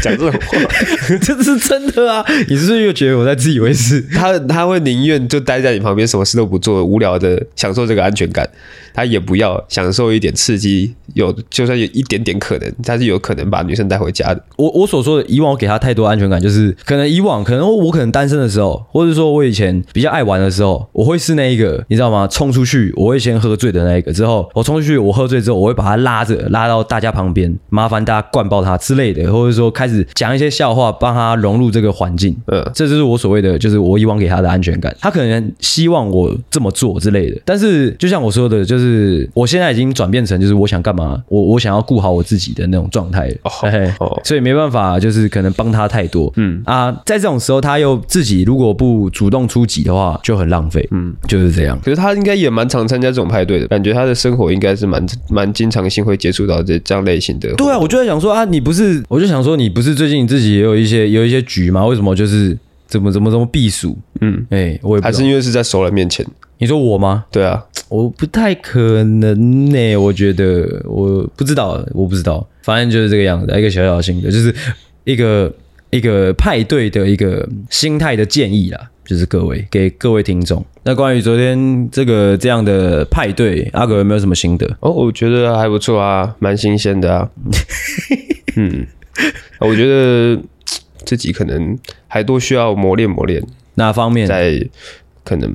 [SPEAKER 2] 讲这种话，
[SPEAKER 1] 这是真的啊！你是不是又觉得我在自以为是？
[SPEAKER 2] 他他会宁愿就待在你旁边，什么事都不做，无聊的享受这个安全感，他也不要享受一点刺激，有就算有一点点可能，他是有可能把女生带回家的。
[SPEAKER 1] 我我所说的以往我给他太多安全感，就是可能以往可能我可能单身的时候，或者说我以前比较爱玩的时候，我会是那一个你知道吗？冲出去我会先喝醉的那一个，之后我冲出去我喝醉之后，我会把他拉着拉到大家旁边，麻烦大家灌爆他之类的，或者说开始讲一些笑话，帮他融入这个环境。
[SPEAKER 2] 嗯，
[SPEAKER 1] 这就是我所谓的，就是我以往给他的安全感。他可能希望我这么做之类的，但是就像我说的，就是我现在已经转变成，就是我想干嘛，我我想要顾好我自己的那种状态了。
[SPEAKER 2] 哦
[SPEAKER 1] 嘿
[SPEAKER 2] 哦
[SPEAKER 1] 所以没办法，就是可能帮他太多。嗯啊，在这种时候，他又自己如果不主动出击的话，就很浪费。嗯，就是这样。
[SPEAKER 2] 可是他应该也蛮常参加这种派对的，感觉他的生活应该是蛮蛮经常性会接触到这这样类型的。
[SPEAKER 1] 对啊，我就在想说啊，你不是，我就想说你不是最近你自己也有一些有一些局吗？为什么就是怎么怎么怎么避暑？
[SPEAKER 2] 嗯，
[SPEAKER 1] 哎、我也不
[SPEAKER 2] 还
[SPEAKER 1] 知
[SPEAKER 2] 是
[SPEAKER 1] 道。
[SPEAKER 2] 因为是在熟人面前。
[SPEAKER 1] 你说我吗？
[SPEAKER 2] 对啊，
[SPEAKER 1] 我不太可能呢、我觉得我不知道，我不知道，反正就是这个样子，一个小小的心得，就是一个一个派对的一个心态的建议啦，就是各位给各位听众。那关于昨天这个这样的派对，阿狗有没有什么心得？
[SPEAKER 2] 哦，我觉得还不错啊，蛮新鲜的 啊。嗯，我觉得嘖自己可能还多需要磨练磨练，
[SPEAKER 1] 哪方面？
[SPEAKER 2] 在可能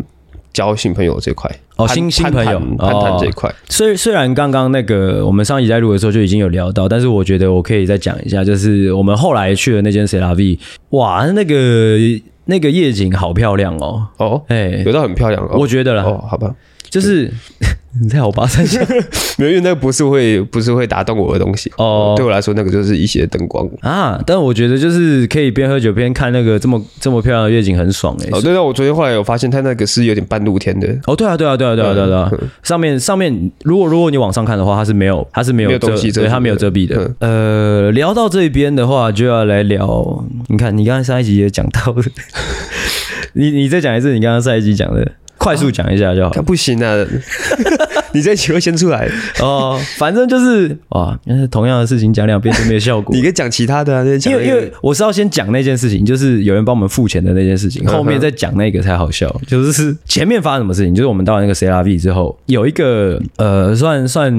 [SPEAKER 2] 交新朋友这块
[SPEAKER 1] 哦
[SPEAKER 2] 攀
[SPEAKER 1] 新新
[SPEAKER 2] 攀
[SPEAKER 1] 朋友
[SPEAKER 2] 谈
[SPEAKER 1] 哦
[SPEAKER 2] 攀谈这一块，
[SPEAKER 1] 虽虽然刚刚那个我们上一集在录的时候就已经有聊到，但是我觉得我可以再讲一下，就是我们后来去的那间 C 拉 V，哇，那个那个夜景好漂亮哦，
[SPEAKER 2] 哦，
[SPEAKER 1] 哎、
[SPEAKER 2] 有到很漂亮哦。
[SPEAKER 1] 我觉得啦，
[SPEAKER 2] 哦，好吧，
[SPEAKER 1] 就是 你太好吧？三 小
[SPEAKER 2] 没有，因为那个不是会不是会打动我的东西。
[SPEAKER 1] 哦
[SPEAKER 2] 对我来说，那个就是一些灯光。
[SPEAKER 1] 啊！但我觉得就是可以边喝酒边看那个这么这么漂亮的夜景，很爽哎、
[SPEAKER 2] 哦，对，那我昨天后来有发现，它那个是有点半露天的，
[SPEAKER 1] 哦，对啊，对啊，对啊，对啊，对啊，对
[SPEAKER 2] 嗯
[SPEAKER 1] 啊上面上面，如果如果你往上看的话，它是没有，它是没
[SPEAKER 2] 没
[SPEAKER 1] 有
[SPEAKER 2] 有东
[SPEAKER 1] 遮
[SPEAKER 2] 西遮
[SPEAKER 1] 对，
[SPEAKER 2] 住
[SPEAKER 1] 它没有
[SPEAKER 2] 的嗯
[SPEAKER 1] 遮蔽的。呃，聊到这边的话，就要来聊，你看，你刚才上一集也讲到的， 你你再讲一次，你刚刚上一集讲的，快速讲一下就好了
[SPEAKER 2] 它。不行 啊！你这一集会先出来，
[SPEAKER 1] 哦，反正就是哇，但是同样的事情讲两遍就没有效果
[SPEAKER 2] 你。可以讲其他的啊，再讲
[SPEAKER 1] 因
[SPEAKER 2] 那个
[SPEAKER 1] 为因为我是要先讲那件事情，就是有人帮我们付钱的那件事
[SPEAKER 2] 嗯
[SPEAKER 1] 情，后面再讲那个才好笑。就是是前面发生什么事情，就是我们到了那个 C R V 之后，有一个呃，算算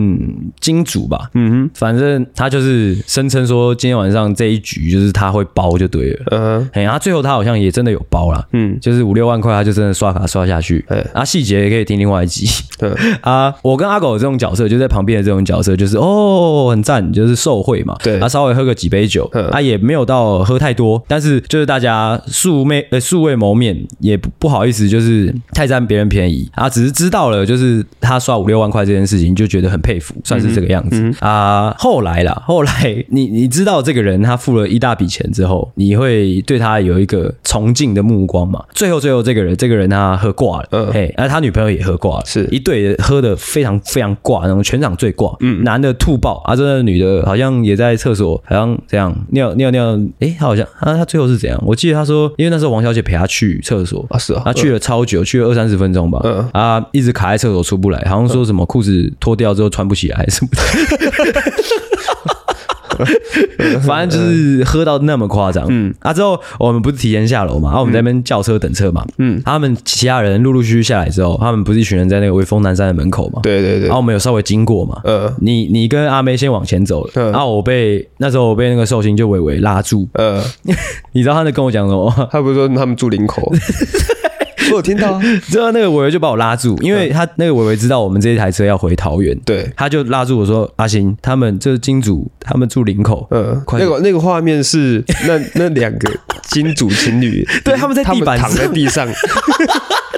[SPEAKER 1] 金主吧，嗯哼，反正他就是声称说今天晚上这一局就是他会包就对了。
[SPEAKER 2] 嗯
[SPEAKER 1] 哎，他最后他好像也真的有包啦，
[SPEAKER 2] 嗯
[SPEAKER 1] 就是五六万块，他就真的刷卡刷下去。
[SPEAKER 2] 嗯
[SPEAKER 1] 啊，细节也可以听另外一集。
[SPEAKER 2] 嗯
[SPEAKER 1] 啊，我跟阿狗这种角色，就在旁边的这种角色，就是哦，很赞，就是受贿嘛。
[SPEAKER 2] 对
[SPEAKER 1] 啊，稍微喝个几杯酒，
[SPEAKER 2] 嗯
[SPEAKER 1] 啊，也没有到喝太多，但是就是大家素昧呃素未谋面，也不不好意思，就是太占别人便宜啊，只是知道了，就是他刷五六万块这件事情，就觉得很佩服，算是这个样子、
[SPEAKER 2] 嗯
[SPEAKER 1] 啊。后来啦，后来你你知道这个人他付了一大笔钱之后，你会对他有一个崇敬的目光嘛？最后最后这个人这个人他喝挂了，嗯
[SPEAKER 2] 嗯，
[SPEAKER 1] 哎，那他女朋友也喝挂了，
[SPEAKER 2] 是
[SPEAKER 1] 一对喝的非常非常挂，那种全场最挂，嗯，男的吐爆啊，这个女的好像也在厕所，好像这样尿尿尿，诶、她好像啊，她最后是怎样？我记得她说，因为那时候王小姐陪她去厕所，
[SPEAKER 2] 啊是啊
[SPEAKER 1] 她去了超久，去了二三十分钟吧，
[SPEAKER 2] 嗯
[SPEAKER 1] 啊，一直卡在厕所出不来，好像说什么裤子脱掉之后穿不起来什么 的。反正就是喝到那么夸张，嗯啊，之后我们不是提前下楼嘛，啊，我们在那边叫车等车嘛，嗯，他们其他人陆陆续续下来之后，他们不是一群人在那个威风南山的门口嘛，
[SPEAKER 2] 对对对
[SPEAKER 1] 然后，我们有稍微经过嘛，
[SPEAKER 2] 嗯
[SPEAKER 1] 你你跟阿妹先往前走了，
[SPEAKER 2] 嗯
[SPEAKER 1] 然后我被那时候我被那个寿星就伟伟拉住，
[SPEAKER 2] 呃，
[SPEAKER 1] 你知道他在跟我讲什么吗？
[SPEAKER 2] 他不是说他们住林口， 我有听到啊，
[SPEAKER 1] 之后那个伟伟就把我拉住，因为他那个伟伟知道我们这一台车要回桃园，
[SPEAKER 2] 嗯对，
[SPEAKER 1] 他就拉住我说：“阿星，他们这金主他们住林口，
[SPEAKER 2] 嗯，
[SPEAKER 1] 快
[SPEAKER 2] 那
[SPEAKER 1] 点
[SPEAKER 2] 个那个画面是那那两个金主情 侣，
[SPEAKER 1] 对他们在
[SPEAKER 2] 他
[SPEAKER 1] 地
[SPEAKER 2] 们
[SPEAKER 1] 板
[SPEAKER 2] 躺在
[SPEAKER 1] 上，
[SPEAKER 2] 地 上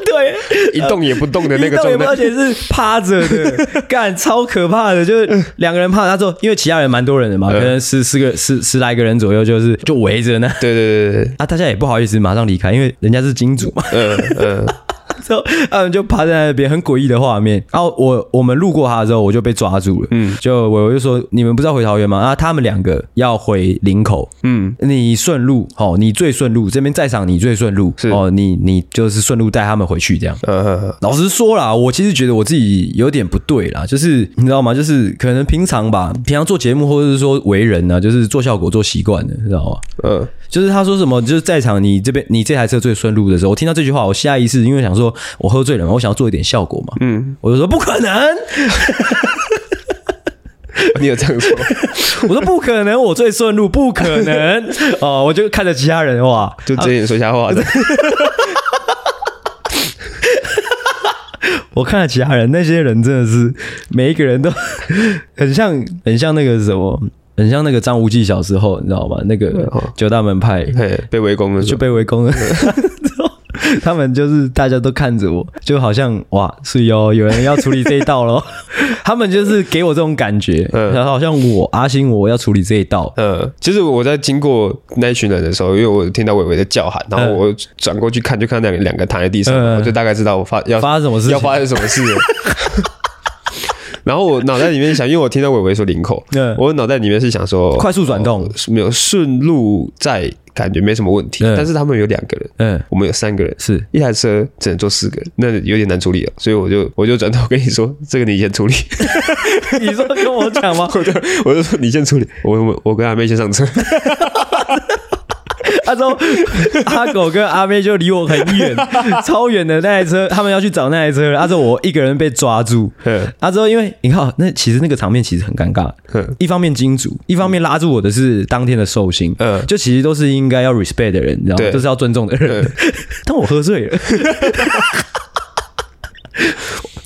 [SPEAKER 1] 对，
[SPEAKER 2] 一动也不动 的那
[SPEAKER 1] 移
[SPEAKER 2] 个
[SPEAKER 1] 动也
[SPEAKER 2] 状
[SPEAKER 1] 不
[SPEAKER 2] 态
[SPEAKER 1] 而，且是趴着 的，干超可怕的，就是两个人趴着，他之后因为其他人蛮多人的
[SPEAKER 2] 嗯
[SPEAKER 1] 嘛，可能十十个十十来个人左右，就是就围着呢。”
[SPEAKER 2] 对对对对
[SPEAKER 1] 啊，大家也不好意思马上离开，因为人家是金主嘛。
[SPEAKER 2] 对，
[SPEAKER 1] 呃
[SPEAKER 2] 嗯嗯，
[SPEAKER 1] 之后他们就趴在那边，很诡异的画面。然后我我们路过他的时候，我就被抓住了。嗯，就我我就说你们不是要回桃园吗？啊，他们两个要回林口。嗯，你顺路哦，你最顺路，这边在场你最顺路
[SPEAKER 2] 是
[SPEAKER 1] 哦，你你就是顺路带他们回去这样。
[SPEAKER 2] 嗯嗯
[SPEAKER 1] 老实说啦，我其实觉得我自己有点不对啦，就是你知道吗？就是可能平常吧，平常做节目或者是说为人呢、啊，就是做效果做习惯了，知道吗？
[SPEAKER 2] 嗯，
[SPEAKER 1] 就是他说什么，就是在场你这边你这台车最顺路的时候，我听到这句话，我下意识因为想说我喝醉了嘛，我想要做一点效果嘛，嗯，我就说不可能，
[SPEAKER 2] 你有这样 说，
[SPEAKER 1] 我说不可能，我最顺路，不可能哦，我就看着其他人哇，
[SPEAKER 2] 就睁眼说瞎话的，
[SPEAKER 1] 我看了其他人，那些人真的是每一个人都 很像，很像那个什么，很像那个张无忌小时候，你知道吗？那个
[SPEAKER 2] 哦
[SPEAKER 1] 九大门派
[SPEAKER 2] 嘿，被围攻了，
[SPEAKER 1] 就
[SPEAKER 2] 就
[SPEAKER 1] 被围攻了。之后 他们就是大家都看着我，就好像哇，是哟，有人要处理这一道 喽。他们就是给我这种感觉，
[SPEAKER 2] 嗯
[SPEAKER 1] 然后好像我阿星我要处理这一道，
[SPEAKER 2] 嗯，其实我在经过那一群人的时候，因为我听到伟伟的叫喊，然后我转过去看，就看到两两个躺在地上，
[SPEAKER 1] 嗯
[SPEAKER 2] 我就大概知道我发要
[SPEAKER 1] 发生什么事情
[SPEAKER 2] 要发生什么事 了。然后我脑袋里面想，因为我听到伟伟说领口，
[SPEAKER 1] 嗯
[SPEAKER 2] 我脑袋里面是想说
[SPEAKER 1] 快速转动
[SPEAKER 2] 哦没有顺路在，感觉没什么问题。
[SPEAKER 1] 嗯
[SPEAKER 2] 但是他们有两个人，
[SPEAKER 1] 嗯，
[SPEAKER 2] 我们有三个人，
[SPEAKER 1] 是
[SPEAKER 2] 一台车只能坐四个人，那有点难处理了。所以我就我就转头跟你说，这个你先处理，
[SPEAKER 1] 你说跟我讲吗？
[SPEAKER 2] 我就我就说你先处理，我我我跟阿妹先上车。
[SPEAKER 1] 他说阿狗跟阿妹就离我很 远，超远的那台车，他们要去找那台车了。阿之后我一个人被抓住，
[SPEAKER 2] 嗯
[SPEAKER 1] 阿之后因为你看，那其实那个场面其实很尴尬。
[SPEAKER 2] 嗯
[SPEAKER 1] 一方面金主，一方面拉住我的是当天的寿星，
[SPEAKER 2] 嗯
[SPEAKER 1] 就其实都是应该要 respect 的人，你知道吗？
[SPEAKER 2] 对嗯
[SPEAKER 1] 都是要尊重的人。 但我喝醉了，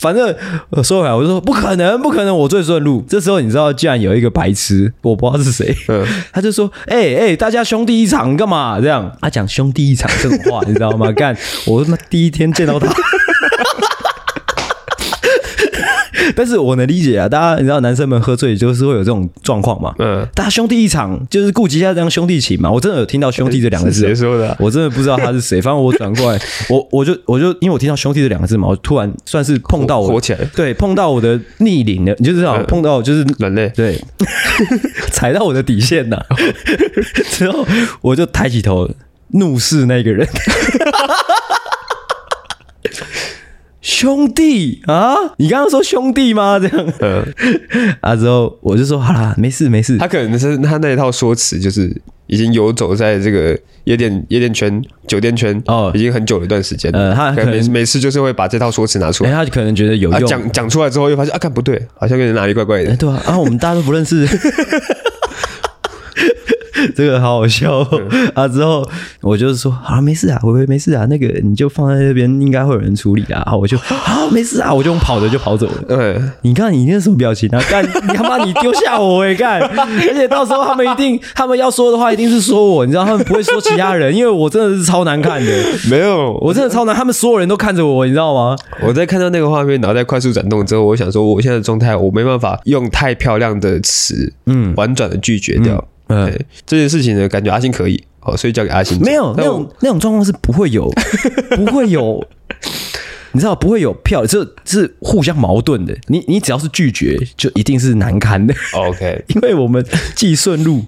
[SPEAKER 1] 反正呃说回来，我就说不可能，不可能，我最顺路。这时候你知道，竟然有一个白痴，我不知道是谁，
[SPEAKER 2] 嗯。
[SPEAKER 1] 他就说：“哎、欸、哎、大家兄弟一场干嘛？”这样，他讲兄弟一场这种话， 你知道吗？干，我他妈第一天见到他， 但是我能理解啊，大家你知道男生们喝醉就是会有这种状况嘛，
[SPEAKER 2] 嗯，
[SPEAKER 1] 大家兄弟一场，就是顾及一下这样兄弟情嘛。我真的有听到兄弟这两个
[SPEAKER 2] 是
[SPEAKER 1] 字
[SPEAKER 2] 谁，说的啊？
[SPEAKER 1] 我真的不知道他是谁。反正我转 过来，我我就我就因为我听到兄弟这两个字嘛，我突然算是碰到
[SPEAKER 2] 火
[SPEAKER 1] 我，
[SPEAKER 2] 起来，
[SPEAKER 1] 对，碰到我的逆鳞了，你就知道
[SPEAKER 2] 嗯
[SPEAKER 1] 碰到就是
[SPEAKER 2] 软肋，
[SPEAKER 1] 对， 踩到我的底线呐、之后我就抬起头怒视那个人，兄弟啊，你刚刚说兄弟吗？这样
[SPEAKER 2] 嗯，
[SPEAKER 1] 啊，之后我就说好啦，没事没事，
[SPEAKER 2] 他可能是他那一套说辞，就是已经游走在这个夜店、夜店圈、酒店圈
[SPEAKER 1] 哦
[SPEAKER 2] 已经很久了一段时间了。
[SPEAKER 1] 呃他
[SPEAKER 2] 可
[SPEAKER 1] 可
[SPEAKER 2] 能每
[SPEAKER 1] 能
[SPEAKER 2] 每次就是会把这套说辞拿出
[SPEAKER 1] 哎、
[SPEAKER 2] 来，
[SPEAKER 1] 他可能觉得有
[SPEAKER 2] 啊，
[SPEAKER 1] 用，
[SPEAKER 2] 讲讲出来之后又发现啊，看不对，好像有点哪里怪怪
[SPEAKER 1] 哎
[SPEAKER 2] 的。
[SPEAKER 1] 对啊，啊，我们大家都不认 识，这个好好笑、哦、
[SPEAKER 2] 嗯
[SPEAKER 1] 啊！之后我就是说，啊，没事啊，微微没事啊，那个你就放在那边，应该会有人处理啊。我就啊，没事啊，我就用跑的就跑走了。
[SPEAKER 2] 嗯，
[SPEAKER 1] 你看你那什么表情啊？干，你他妈你丢下我哎、干！而且到时候他们一定，他们要说的话一定是说我，你知道他们不会说其他人，因为我真的是超难看的，
[SPEAKER 2] 没有，我
[SPEAKER 1] 我真的超难，他们所有人都看着我，你知道吗？
[SPEAKER 2] 我在看到那个画面，脑袋快速转动之后，我想说，我现在的状态我没办法用太漂亮的词，嗯，婉转的拒绝掉。
[SPEAKER 1] 嗯
[SPEAKER 2] 对这件事情呢，感觉阿星可以，哦，所以交给阿星做。
[SPEAKER 1] 没有那
[SPEAKER 2] 但我
[SPEAKER 1] 种那种状况是不会 有，不会有，你知道不会有票，这是互相矛盾的。你你只要是拒绝，就一定是难堪的，
[SPEAKER 2] 哦 OK，
[SPEAKER 1] 因为我们既顺 路，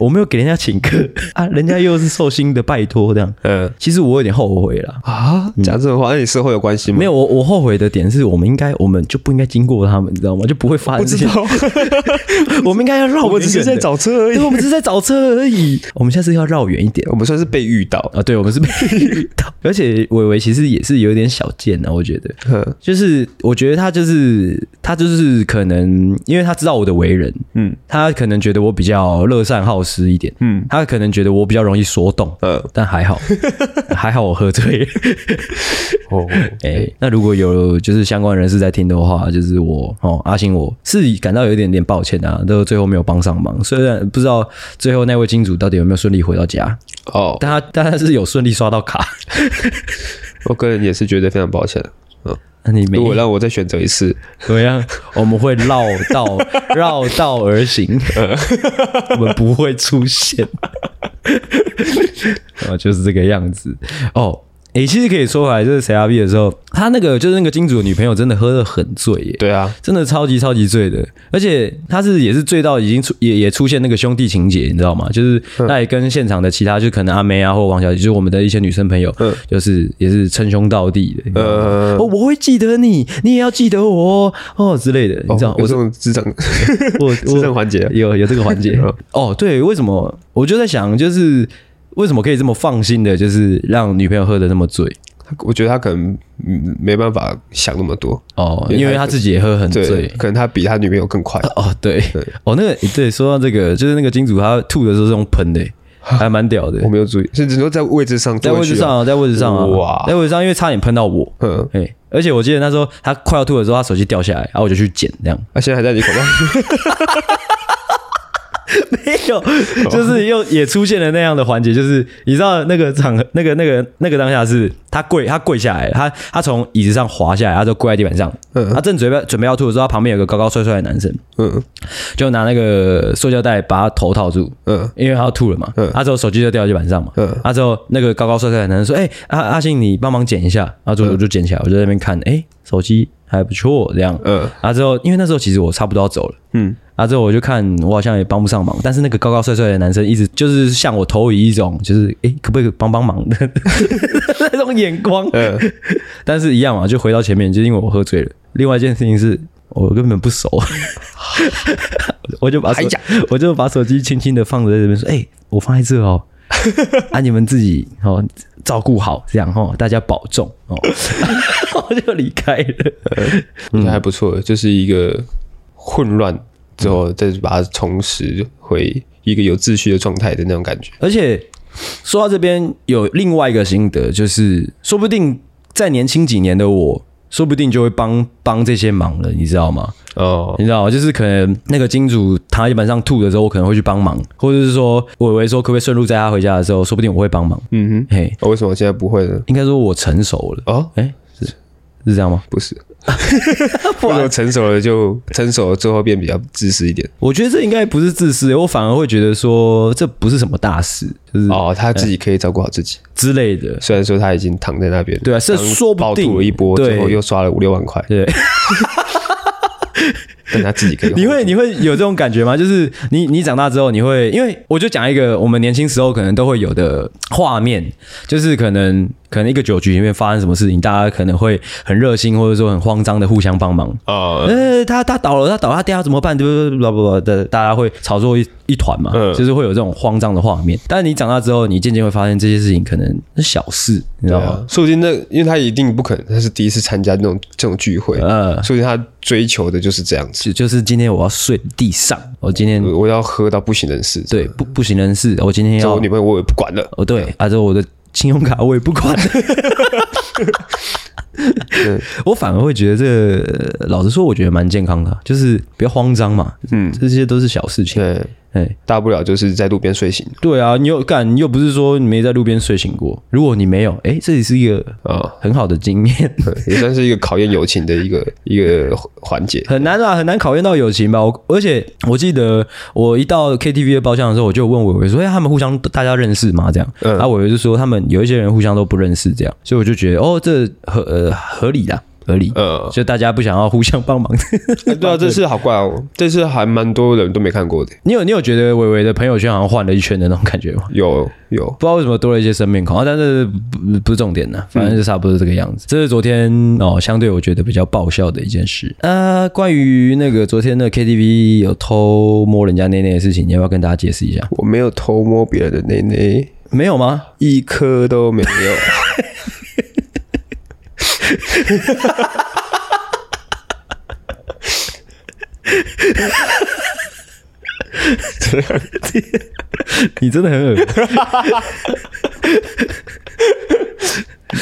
[SPEAKER 1] 我没有给人家请客啊，人家又是寿星的拜托这样。
[SPEAKER 2] 嗯
[SPEAKER 1] 其实我有点后悔啦。
[SPEAKER 2] 啊，讲这种话，那你事后有关系吗？
[SPEAKER 1] 没有，我我后悔的点是我们应该，我们就不应该经过他们，你知道吗？就不会发生这些。 我们应该要绕远远的，
[SPEAKER 2] 我只是在找车而已
[SPEAKER 1] 对，我们只是在找车而已。我们下次要绕远一点。
[SPEAKER 2] 我们算是被遇到。
[SPEAKER 1] 啊，对，我们是被遇到， 而且伟伟其实也是有点小贱啊，我觉得，
[SPEAKER 2] 嗯
[SPEAKER 1] 就是我觉得他就是他就是可能，因为他知道我的为人，
[SPEAKER 2] 嗯
[SPEAKER 1] 他可能觉得我比较乐善好施一点，
[SPEAKER 2] 嗯
[SPEAKER 1] 他可能觉得我比较容易说动，
[SPEAKER 2] 呃
[SPEAKER 1] 但还 好，还好我喝醉。
[SPEAKER 2] 哦，
[SPEAKER 1] 哎、那如果有就是相关人士在听的话，就是我哦，阿星我是感到有一点点抱歉啊，都最后没有帮上忙。虽然不知道最后那位金主到底有没有顺利回到家，
[SPEAKER 2] 哦，
[SPEAKER 1] 但他但他是有顺利刷到卡。
[SPEAKER 2] 我个人也是觉得非常抱歉。嗯，
[SPEAKER 1] 那你没
[SPEAKER 2] 如果让我再选择一次，
[SPEAKER 1] 怎么样？我们会绕道 绕道而行，我们不会出现。 啊，就是这个样子哦。诶、其实可以说回来，就是谁 R B 的时候，他那个就是那个金主的女朋友，真的喝得很醉耶，
[SPEAKER 2] 对啊，
[SPEAKER 1] 真的超级超级醉的，而且他是也是醉到已经出也也出现那个兄弟情节，你知道吗？就是
[SPEAKER 2] 嗯
[SPEAKER 1] 那也跟现场的其他就可能阿妹啊或王小姐，就是我们的一些女生朋友，
[SPEAKER 2] 嗯
[SPEAKER 1] 就是也是称兄道弟的，你知道吗
[SPEAKER 2] 呃
[SPEAKER 1] 哦，，我会记得你，你也要记得我哦哦之类的，你知道，
[SPEAKER 2] 我
[SPEAKER 1] 我
[SPEAKER 2] 这
[SPEAKER 1] 是
[SPEAKER 2] 种智障
[SPEAKER 1] 我
[SPEAKER 2] 智障
[SPEAKER 1] 我
[SPEAKER 2] 环节，啊
[SPEAKER 1] 有有这个环节
[SPEAKER 2] 嗯
[SPEAKER 1] 哦，对，为什么我就在想，就是为什么可以这么放心的，就是让女朋友喝的那么醉
[SPEAKER 2] 我觉得他可能嗯没办法想那么多，
[SPEAKER 1] 哦，
[SPEAKER 2] 因为
[SPEAKER 1] 因为
[SPEAKER 2] 他
[SPEAKER 1] 他自己也喝很
[SPEAKER 2] 对
[SPEAKER 1] 醉，。
[SPEAKER 2] 可能他比他女朋友更快。
[SPEAKER 1] 哦，对
[SPEAKER 2] 对，
[SPEAKER 1] 哦，那个对，说到这个，就是那个金主他吐的时候是用喷的，还蛮屌的
[SPEAKER 2] 我，没有注意，甚至说在位置上，
[SPEAKER 1] 在位置上，啊，在位置上啊，
[SPEAKER 2] 哇
[SPEAKER 1] 在位置上，因为差点喷到我，
[SPEAKER 2] 嗯，
[SPEAKER 1] 哎，而且我记得那时候他快要吐的时候，他手机掉下来，然后我就去捡， 这样，
[SPEAKER 2] 啊，现在还在你口袋，
[SPEAKER 1] 没有， 就是又也出现了那样的环节，就是你知道那个场合，那个那个那个当下是他跪，他跪下来，他他从椅子上滑下来，他就跪在地板上，
[SPEAKER 2] 嗯
[SPEAKER 1] 他正准备准备要吐的时候，他旁边有个高高帅帅的男生，
[SPEAKER 2] 嗯
[SPEAKER 1] 就拿那个塑胶袋把他头套住。
[SPEAKER 2] 嗯，
[SPEAKER 1] 因为他要吐了嘛，
[SPEAKER 2] 嗯
[SPEAKER 1] 他之后手机就掉到地板上嘛，
[SPEAKER 2] 嗯
[SPEAKER 1] 他之后那个高高帅帅的男生说：“哎、阿阿信，你帮忙捡一下。”然后就我
[SPEAKER 2] 嗯
[SPEAKER 1] 就捡起来，我就在那边看，哎、手机还不错，这样。
[SPEAKER 2] 嗯
[SPEAKER 1] 啊之后，因为那时候其实我差不多要走了，
[SPEAKER 2] 嗯，
[SPEAKER 1] 啊，之后我就看我好像也帮不上忙，但是那个高高帅帅的男生一直就是向我投以一种就是诶，可不可以帮帮忙的 那种眼光。
[SPEAKER 2] 嗯
[SPEAKER 1] 但是一样嘛，就回到前面，就是因为我喝醉了。另外一件事情是我根本不熟， 我就把手
[SPEAKER 2] 哎呀
[SPEAKER 1] 我就把手机轻轻的放着在这边说，哎、我放在这哦。 啊，你们自己哦照顾好，这样哦，大家保重哦， 我就离开了。
[SPEAKER 2] 我
[SPEAKER 1] 嗯
[SPEAKER 2] 觉得还不错，就是一个混乱之
[SPEAKER 1] 嗯
[SPEAKER 2] 后再把它重拾回一个有秩序的状态的那种感觉。
[SPEAKER 1] 而且说到这边，有另外一个心得，就是说不定在年轻几年的我，说不定就会帮帮这些忙了，你知道吗？
[SPEAKER 2] 哦，
[SPEAKER 1] 你知道吗？就是可能那个金主躺在地板上吐的时候，我可能会去帮忙，或者是说伟伟说可不可以顺路载他回家的时候，说不定我会帮忙。
[SPEAKER 2] 嗯哼，
[SPEAKER 1] 嘿，
[SPEAKER 2] 哦为什么我现在不会呢？
[SPEAKER 1] 应该说我成熟了，
[SPEAKER 2] 哦，
[SPEAKER 1] 哎、是是这样吗？
[SPEAKER 2] 不是，为什么成熟了就成熟了之后变比较自私一点？
[SPEAKER 1] 我觉得这应该不是自私，我反而会觉得说这不是什么大事，就是
[SPEAKER 2] 哦，他自己可以照顾好自己，
[SPEAKER 1] 之类的。
[SPEAKER 2] 虽然说他已经躺在那边，
[SPEAKER 1] 哎对啊这
[SPEAKER 2] 刚
[SPEAKER 1] 说不
[SPEAKER 2] 暴
[SPEAKER 1] 定
[SPEAKER 2] 吐了一波，
[SPEAKER 1] 对
[SPEAKER 2] 最后又刷了五六万块，
[SPEAKER 1] 对，
[SPEAKER 2] 但他自己可以活。
[SPEAKER 1] 你会你会有这种感觉吗？就是你你长大之后，你会因为我就讲一个我们年轻时候可能都会有的画面，就是可能可能一个酒局里面发生什么事情，大家可能会很热心或者说很慌张的互相帮忙。
[SPEAKER 2] 哦，
[SPEAKER 1] 呃，他他倒了，他倒了，他掉下怎么办？对不不不不的，大家会炒作一一团嘛，
[SPEAKER 2] 嗯
[SPEAKER 1] 就是会有这种慌张的画面。但你长大之后，你渐渐会发现这些事情可能是小事，你知道
[SPEAKER 2] 对
[SPEAKER 1] 吗？
[SPEAKER 2] 啊，说不定那因为他一定不可能，他是第一次参加那种这种聚会，
[SPEAKER 1] 呃，
[SPEAKER 2] 所以他追求的就是这样子。
[SPEAKER 1] 就就是今天我要睡地上，我今天
[SPEAKER 2] 我要喝到不省人事，
[SPEAKER 1] 对不不省人事，我今天
[SPEAKER 2] 这
[SPEAKER 1] 要
[SPEAKER 2] 我女朋友我也不管了。
[SPEAKER 1] 哦，对，啊，这我的信用卡我也不管， 我反而会觉得这，呃老实说，我觉得蛮健康的，啊就是不要慌张嘛，嗯，这些都是小事情，
[SPEAKER 2] 对，
[SPEAKER 1] 哎，
[SPEAKER 2] 大不了就是在路边睡醒
[SPEAKER 1] 对啊，你又干，你又不是说你没在路边睡醒过，如果你没有，哎，这也是一个
[SPEAKER 2] 啊、
[SPEAKER 1] 很好的经验，
[SPEAKER 2] 对也算是一个考验友情的一个 一个环节。
[SPEAKER 1] 很难啊，很难考验到友情吧。我而且我记得我一到 KTV 的包厢的时候，我就问伟伟说：“哎、他们互相大家认识吗？”这样，啊
[SPEAKER 2] 嗯
[SPEAKER 1] 然后伟伟就说他们有一些人互相都不认识，这样，所以我就觉得哦，这合、呃、合理啦，合理。
[SPEAKER 2] 呃，
[SPEAKER 1] 就大家不想要互相帮忙。
[SPEAKER 2] 对啊，这次好怪哦，这次还蛮多人都没看过的，
[SPEAKER 1] 你有你有觉得伟伟的朋友圈好像换了一圈的那种感觉吗？
[SPEAKER 2] 有有，
[SPEAKER 1] 不知道为什么多了一些生面孔，啊但是不不是重点呢、啊反正就差不多这个样子。这是昨天哦，相对我觉得比较爆笑的一件事。呃，关于那个昨天的 KTV 有偷摸人家内内的事情，你要不要跟大家解释一下？
[SPEAKER 2] 我没有偷摸别人的内内，
[SPEAKER 1] 没有吗？
[SPEAKER 2] 一颗都 没有。
[SPEAKER 1] 你真的很恶心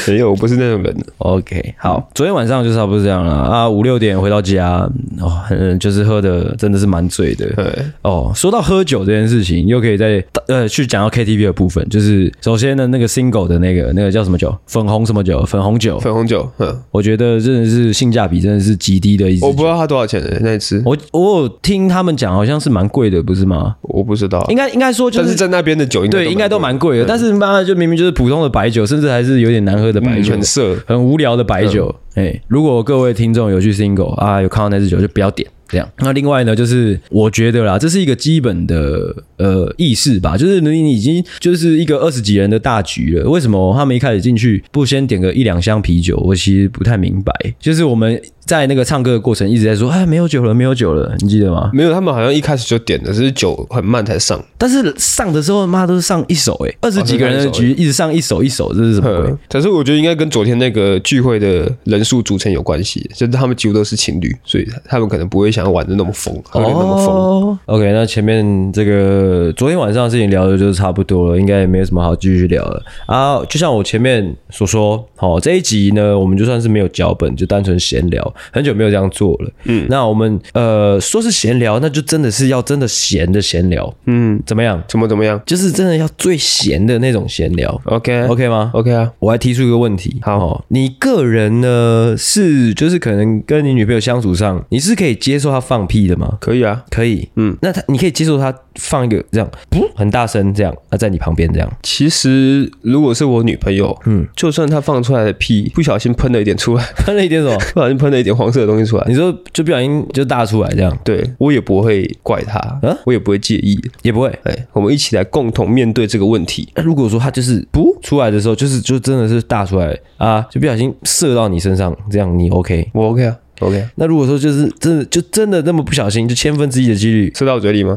[SPEAKER 2] 没有，我不是那种人。
[SPEAKER 1] OK，好，昨天晚上就差不多这样了啊，五六点回到家，哦，很就是喝的真的是蛮醉的，
[SPEAKER 2] 对，
[SPEAKER 1] 哦，说到喝酒这件事情，又可以再呃去讲到 KTV 的部分，就是首先呢，那个 single 的那个那个叫什么酒，粉红什么酒，粉红酒，
[SPEAKER 2] 粉红酒，嗯，
[SPEAKER 1] 我觉得真的是性价比真的是极低的一支
[SPEAKER 2] 我
[SPEAKER 1] 酒。
[SPEAKER 2] 不知道它多少钱的那一次，
[SPEAKER 1] 我我有听他们讲，好像是蛮贵的，不是吗？
[SPEAKER 2] 我不知道。
[SPEAKER 1] 应该应该说就
[SPEAKER 2] 但是
[SPEAKER 1] 哦是。
[SPEAKER 2] 在那边的酒应该
[SPEAKER 1] 对，应该都
[SPEAKER 2] 蛮
[SPEAKER 1] 蛮贵的，但是妈的，就明明就是普通的白酒，甚至还是有点难喝的白
[SPEAKER 2] 贵
[SPEAKER 1] 酒，
[SPEAKER 2] 很色。
[SPEAKER 1] 嗯很无聊的白酒。哎、如果各位听众有去 single 啊，有看到那支酒就不要点。这样，那另外呢，就是我觉得啦，这是一个基本的呃意识吧，就是你你已经就是一个二十几人的大局了，为什么他们一开始进去不先点个一两箱啤酒？我其实不太明白，就是我们在那个唱歌的过程一直在说，哎，没有酒了，没有酒了，你记得吗？
[SPEAKER 2] 没有，他们好像一开始就点的，只是酒很慢才上。
[SPEAKER 1] 但是上的时候，妈都是上一首、欸，哎，二十几个人的局一直上一首一首，这是什么鬼？
[SPEAKER 2] 嗯，可是我觉得应该跟昨天那个聚会的人数组成有关系，就是他们几乎都是情侣，所以他们可能不会想要玩的那么疯，喝的那么疯。
[SPEAKER 1] 哦、OK，那前面这个昨天晚上的事情聊的就是差不多了，应该也没有什么好继续聊了啊。就像我前面所说，好、这一集呢，我们就算是没有脚本，就单纯闲聊，很久没有这样做了。嗯，那我们呃说是闲聊，那就真的是要真的闲的闲聊，
[SPEAKER 2] 嗯，
[SPEAKER 1] 怎么样？
[SPEAKER 2] 怎么怎么样
[SPEAKER 1] 就是真的要最闲的那种闲聊
[SPEAKER 2] ？OK
[SPEAKER 1] ，OK 吗？
[SPEAKER 2] OK 啊，
[SPEAKER 1] 我还提出一个问题，
[SPEAKER 2] 好
[SPEAKER 1] 哦，你个人呢是就是可能跟你女朋友相处上，你是可以接受她放屁的吗？
[SPEAKER 2] 可以啊。
[SPEAKER 1] 可以，嗯
[SPEAKER 2] 嗯，
[SPEAKER 1] 那他你可以接受他放一个这样，很大声这样，啊，在你旁边这样，
[SPEAKER 2] 其实如果是我女朋友，嗯，就算她放出来的屁不小心喷了一点出来，
[SPEAKER 1] 喷了一点什 么？
[SPEAKER 2] 不小心喷了一点黄色的东西出来，
[SPEAKER 1] 你说就不小心就大出来这样，
[SPEAKER 2] 对我也不会怪她，
[SPEAKER 1] 啊
[SPEAKER 2] 我也不会介意。
[SPEAKER 1] 也不会。
[SPEAKER 2] 哎，我们一起来共同面对这个问题。
[SPEAKER 1] 那如果说他就是不出来的时候，就是就真的是大出来啊，就不小心射到你身上，这样你 OK？
[SPEAKER 2] 我 OK 啊，OK 啊。
[SPEAKER 1] 那如果说就是真的就真的那么不小心，就千分之一的几率，
[SPEAKER 2] 射到我嘴里 吗？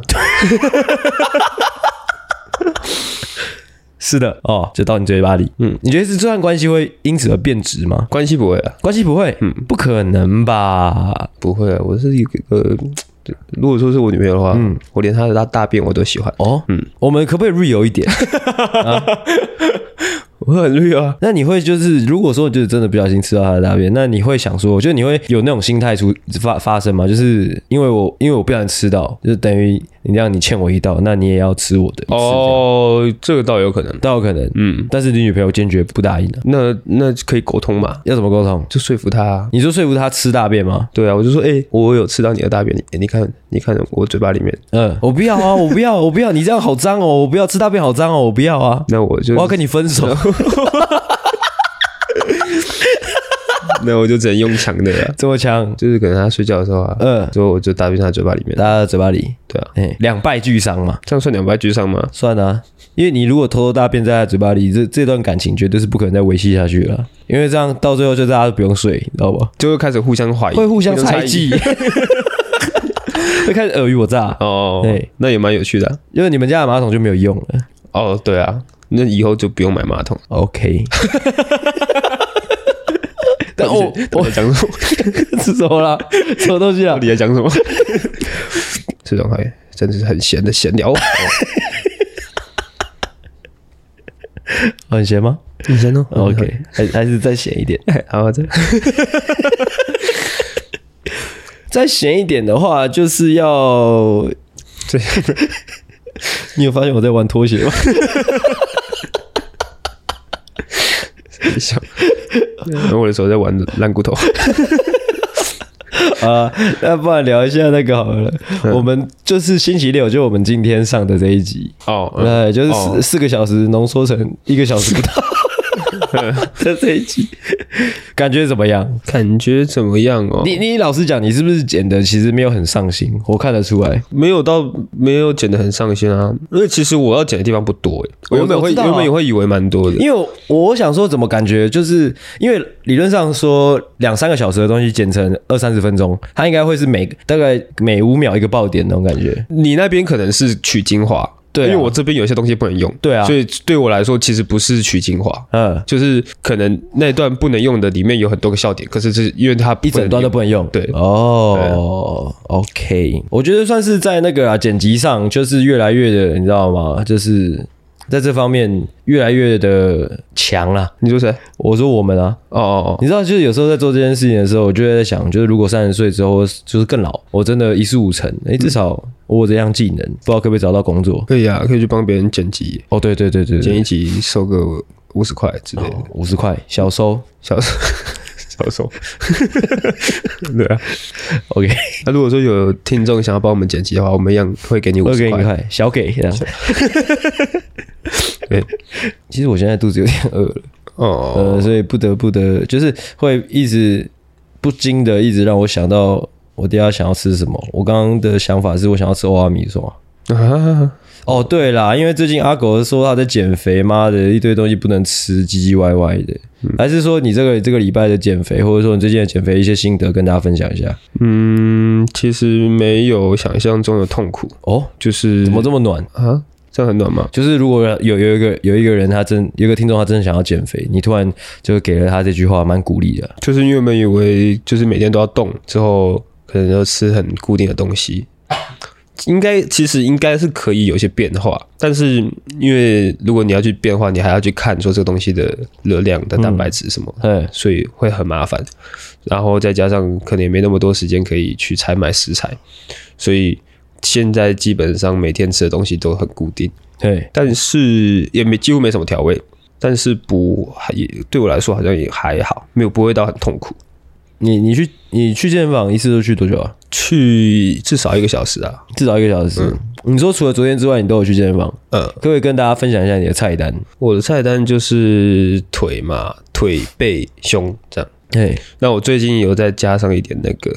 [SPEAKER 1] 是的哦，就到你嘴巴里。嗯，你觉得是这段关系会因此而变质吗？
[SPEAKER 2] 关系不会啊，
[SPEAKER 1] 关系不会，嗯，不可能吧？
[SPEAKER 2] 不会啊。我是一个呃，如果说是我女朋友的话，嗯，我连她的大大便我都喜欢。
[SPEAKER 1] 啊哦，嗯，我们可不可以 real 一点？
[SPEAKER 2] 会很 real 啊。
[SPEAKER 1] 那你会就是，如果说就是真的不小心吃到他的大便，那你会想说，我觉得你会有那种心态出发发生吗？就是因为我因为我不小心吃到，就是等于你让你欠我一道，那你也要吃我的一次这样，
[SPEAKER 2] 哦，这个倒有可能。
[SPEAKER 1] 倒有可能，嗯。但是你女朋友坚决不答应了、
[SPEAKER 2] 那那可以沟通嘛？
[SPEAKER 1] 要怎么沟通？
[SPEAKER 2] 就说服他、啊。
[SPEAKER 1] 你就说服她吃大便吗？
[SPEAKER 2] 对啊，我就说，哎、我有吃到你的大便里面，你看，你看我嘴巴里面，
[SPEAKER 1] 嗯，我不要啊，我不要，我不要，你这样好脏哦，我不要吃大便，好脏哦，我不要啊，
[SPEAKER 2] 那我就
[SPEAKER 1] 我要跟你分手。
[SPEAKER 2] 那我就只能用强的了。
[SPEAKER 1] 这么强，
[SPEAKER 2] 就是可能他睡觉的时候啊，
[SPEAKER 1] 嗯，
[SPEAKER 2] 之后我就大便在他嘴巴里面。
[SPEAKER 1] 打到嘴巴里，
[SPEAKER 2] 对啊，
[SPEAKER 1] 哎、两败俱伤嘛，
[SPEAKER 2] 这样算两败俱伤吗？
[SPEAKER 1] 算啊，因为你如果偷偷大便在他嘴巴里，这这段感情绝对是不可能再维系下去了，因为这样到最后就大家都不用睡，你知道吧？
[SPEAKER 2] 就会开始互相怀疑，
[SPEAKER 1] 会互相猜
[SPEAKER 2] 猜
[SPEAKER 1] 忌，会开始尔虞我诈，
[SPEAKER 2] 哦
[SPEAKER 1] 对，
[SPEAKER 2] 那也蛮有趣的啊、
[SPEAKER 1] 因为你们家的马桶就没有用了。
[SPEAKER 2] 哦，对啊，那以后就不用买马桶。
[SPEAKER 1] OK，但
[SPEAKER 2] 但 我
[SPEAKER 1] 我
[SPEAKER 2] 我在讲什么？
[SPEAKER 1] 是什么啦？ 什么东西啊
[SPEAKER 2] 到？底在讲什么？ 这种还真的是很闲的闲聊。哦
[SPEAKER 1] 很咸吗
[SPEAKER 2] 你先 哦
[SPEAKER 1] ？OK，还还是再咸一 点。
[SPEAKER 2] 好，这
[SPEAKER 1] 再咸一点的话，就是要
[SPEAKER 2] 这
[SPEAKER 1] 你有发现我在玩拖鞋吗？
[SPEAKER 2] 笑。然 后我的手在玩烂骨头，
[SPEAKER 1] 啊，那不然聊一下那个好了。
[SPEAKER 2] 嗯
[SPEAKER 1] 我们就是星期六，就我们今天上的这一集，
[SPEAKER 2] 哦，嗯
[SPEAKER 1] 对，哎就是
[SPEAKER 2] 哦
[SPEAKER 1] 四四个小时浓缩成一个小时不到 的这一集，感觉怎么样？
[SPEAKER 2] 感觉怎么样哦？
[SPEAKER 1] 你你老实讲，你是不是剪的其实没有很上心？我看得出来。
[SPEAKER 2] 没有到没有剪的很上心啊，因为其实我要剪的地方不多诶，我原本
[SPEAKER 1] 我
[SPEAKER 2] 会
[SPEAKER 1] 知道啊
[SPEAKER 2] 原本也会以为蛮多的，
[SPEAKER 1] 因为我我想说，怎么感觉就是因为理论上说两三个小时的东西剪成二三十分钟，它应该会是每大概每五秒一个爆点那种感觉。
[SPEAKER 2] 你那边可能是取精华，
[SPEAKER 1] 对啊
[SPEAKER 2] 因为我这边有些东西不能用，
[SPEAKER 1] 对啊
[SPEAKER 2] 所以对啊我来说其实不是取精华，
[SPEAKER 1] 嗯，
[SPEAKER 2] 就是可能那段不能用的里面有很多个笑点，可是是因为它不能
[SPEAKER 1] 一整段都不能用。
[SPEAKER 2] 对
[SPEAKER 1] 哦、o k 我觉得算是在那个啊剪辑上，就是越来越的，你知道吗？就是在这方面越来越的强啦。
[SPEAKER 2] 你说谁？
[SPEAKER 1] 我说我们啊，
[SPEAKER 2] 哦哦
[SPEAKER 1] 你知道，就是有时候在做这件事情的时候，我就会在想，就是如果三十岁之后，就是更老，我真的一事无成，诶，至少我有这样技能，不知道可不可以找到工作
[SPEAKER 2] 哦，。可以啊，可以去帮别人剪辑，
[SPEAKER 1] 哦，对对对对
[SPEAKER 2] 剪
[SPEAKER 1] 对，
[SPEAKER 2] 一集收个五十块之类的，
[SPEAKER 1] 五十块小收
[SPEAKER 2] 小 小 收。对啊，
[SPEAKER 1] ，OK，
[SPEAKER 2] 那如果说有听众想要帮我们剪辑的话，我们一样会给你五
[SPEAKER 1] 我
[SPEAKER 2] 十
[SPEAKER 1] 给你
[SPEAKER 2] 块。
[SPEAKER 1] 块，小给 这样。
[SPEAKER 2] 对，
[SPEAKER 1] 其实我现在肚子有点饿了，
[SPEAKER 2] 哦，
[SPEAKER 1] 呃，所以不得不得，就是会一直不禁的一直让我想到我等一下想要吃什么。我刚刚的想法是我想要吃欧阿米索。
[SPEAKER 2] 啊，
[SPEAKER 1] 哦，对啦，因为最近阿狗说他在减肥，妈的一堆东西不能吃，唧唧歪歪的。还是说你这个这个礼拜的减肥，或者说你最近的减肥一些心得，跟大家分享一下？
[SPEAKER 2] 嗯，其实没有想象中的痛苦，
[SPEAKER 1] 哦，
[SPEAKER 2] 就是
[SPEAKER 1] 怎么这么暖？
[SPEAKER 2] 啊，这样很暖吗？
[SPEAKER 1] 就是如果有有一个有一个人他真有一个听众他真的想要减肥，你突然就给了他这句话，蛮鼓励的。
[SPEAKER 2] 就是因为我们以为就是每天都要动，之后可能要吃很固定的东西，应该其实应该是可以有一些变化，但是因为如果你要去变化，你还要去看说这个东西的热量的蛋白质什么。
[SPEAKER 1] 嗯，
[SPEAKER 2] 所以会很麻烦，然后再加上可能也没那么多时间可以去采买食材，所以现在基本上每天吃的东西都很固定。
[SPEAKER 1] 对，
[SPEAKER 2] 但是也没几乎没什么调味，但是不还也对我来说好像也还好，没有不会到很痛苦。
[SPEAKER 1] 你你去你去健身房一次都去多久啊？
[SPEAKER 2] 去至少一个小时啊，
[SPEAKER 1] 至少一个小时。你说除了昨天之外，你都有去健身房？
[SPEAKER 2] 嗯，
[SPEAKER 1] 可不可以跟大家分享一下你的菜单？
[SPEAKER 2] 我的菜单就是腿嘛，腿背胸这样。
[SPEAKER 1] 嘿，
[SPEAKER 2] 那我最近有再加上一点那个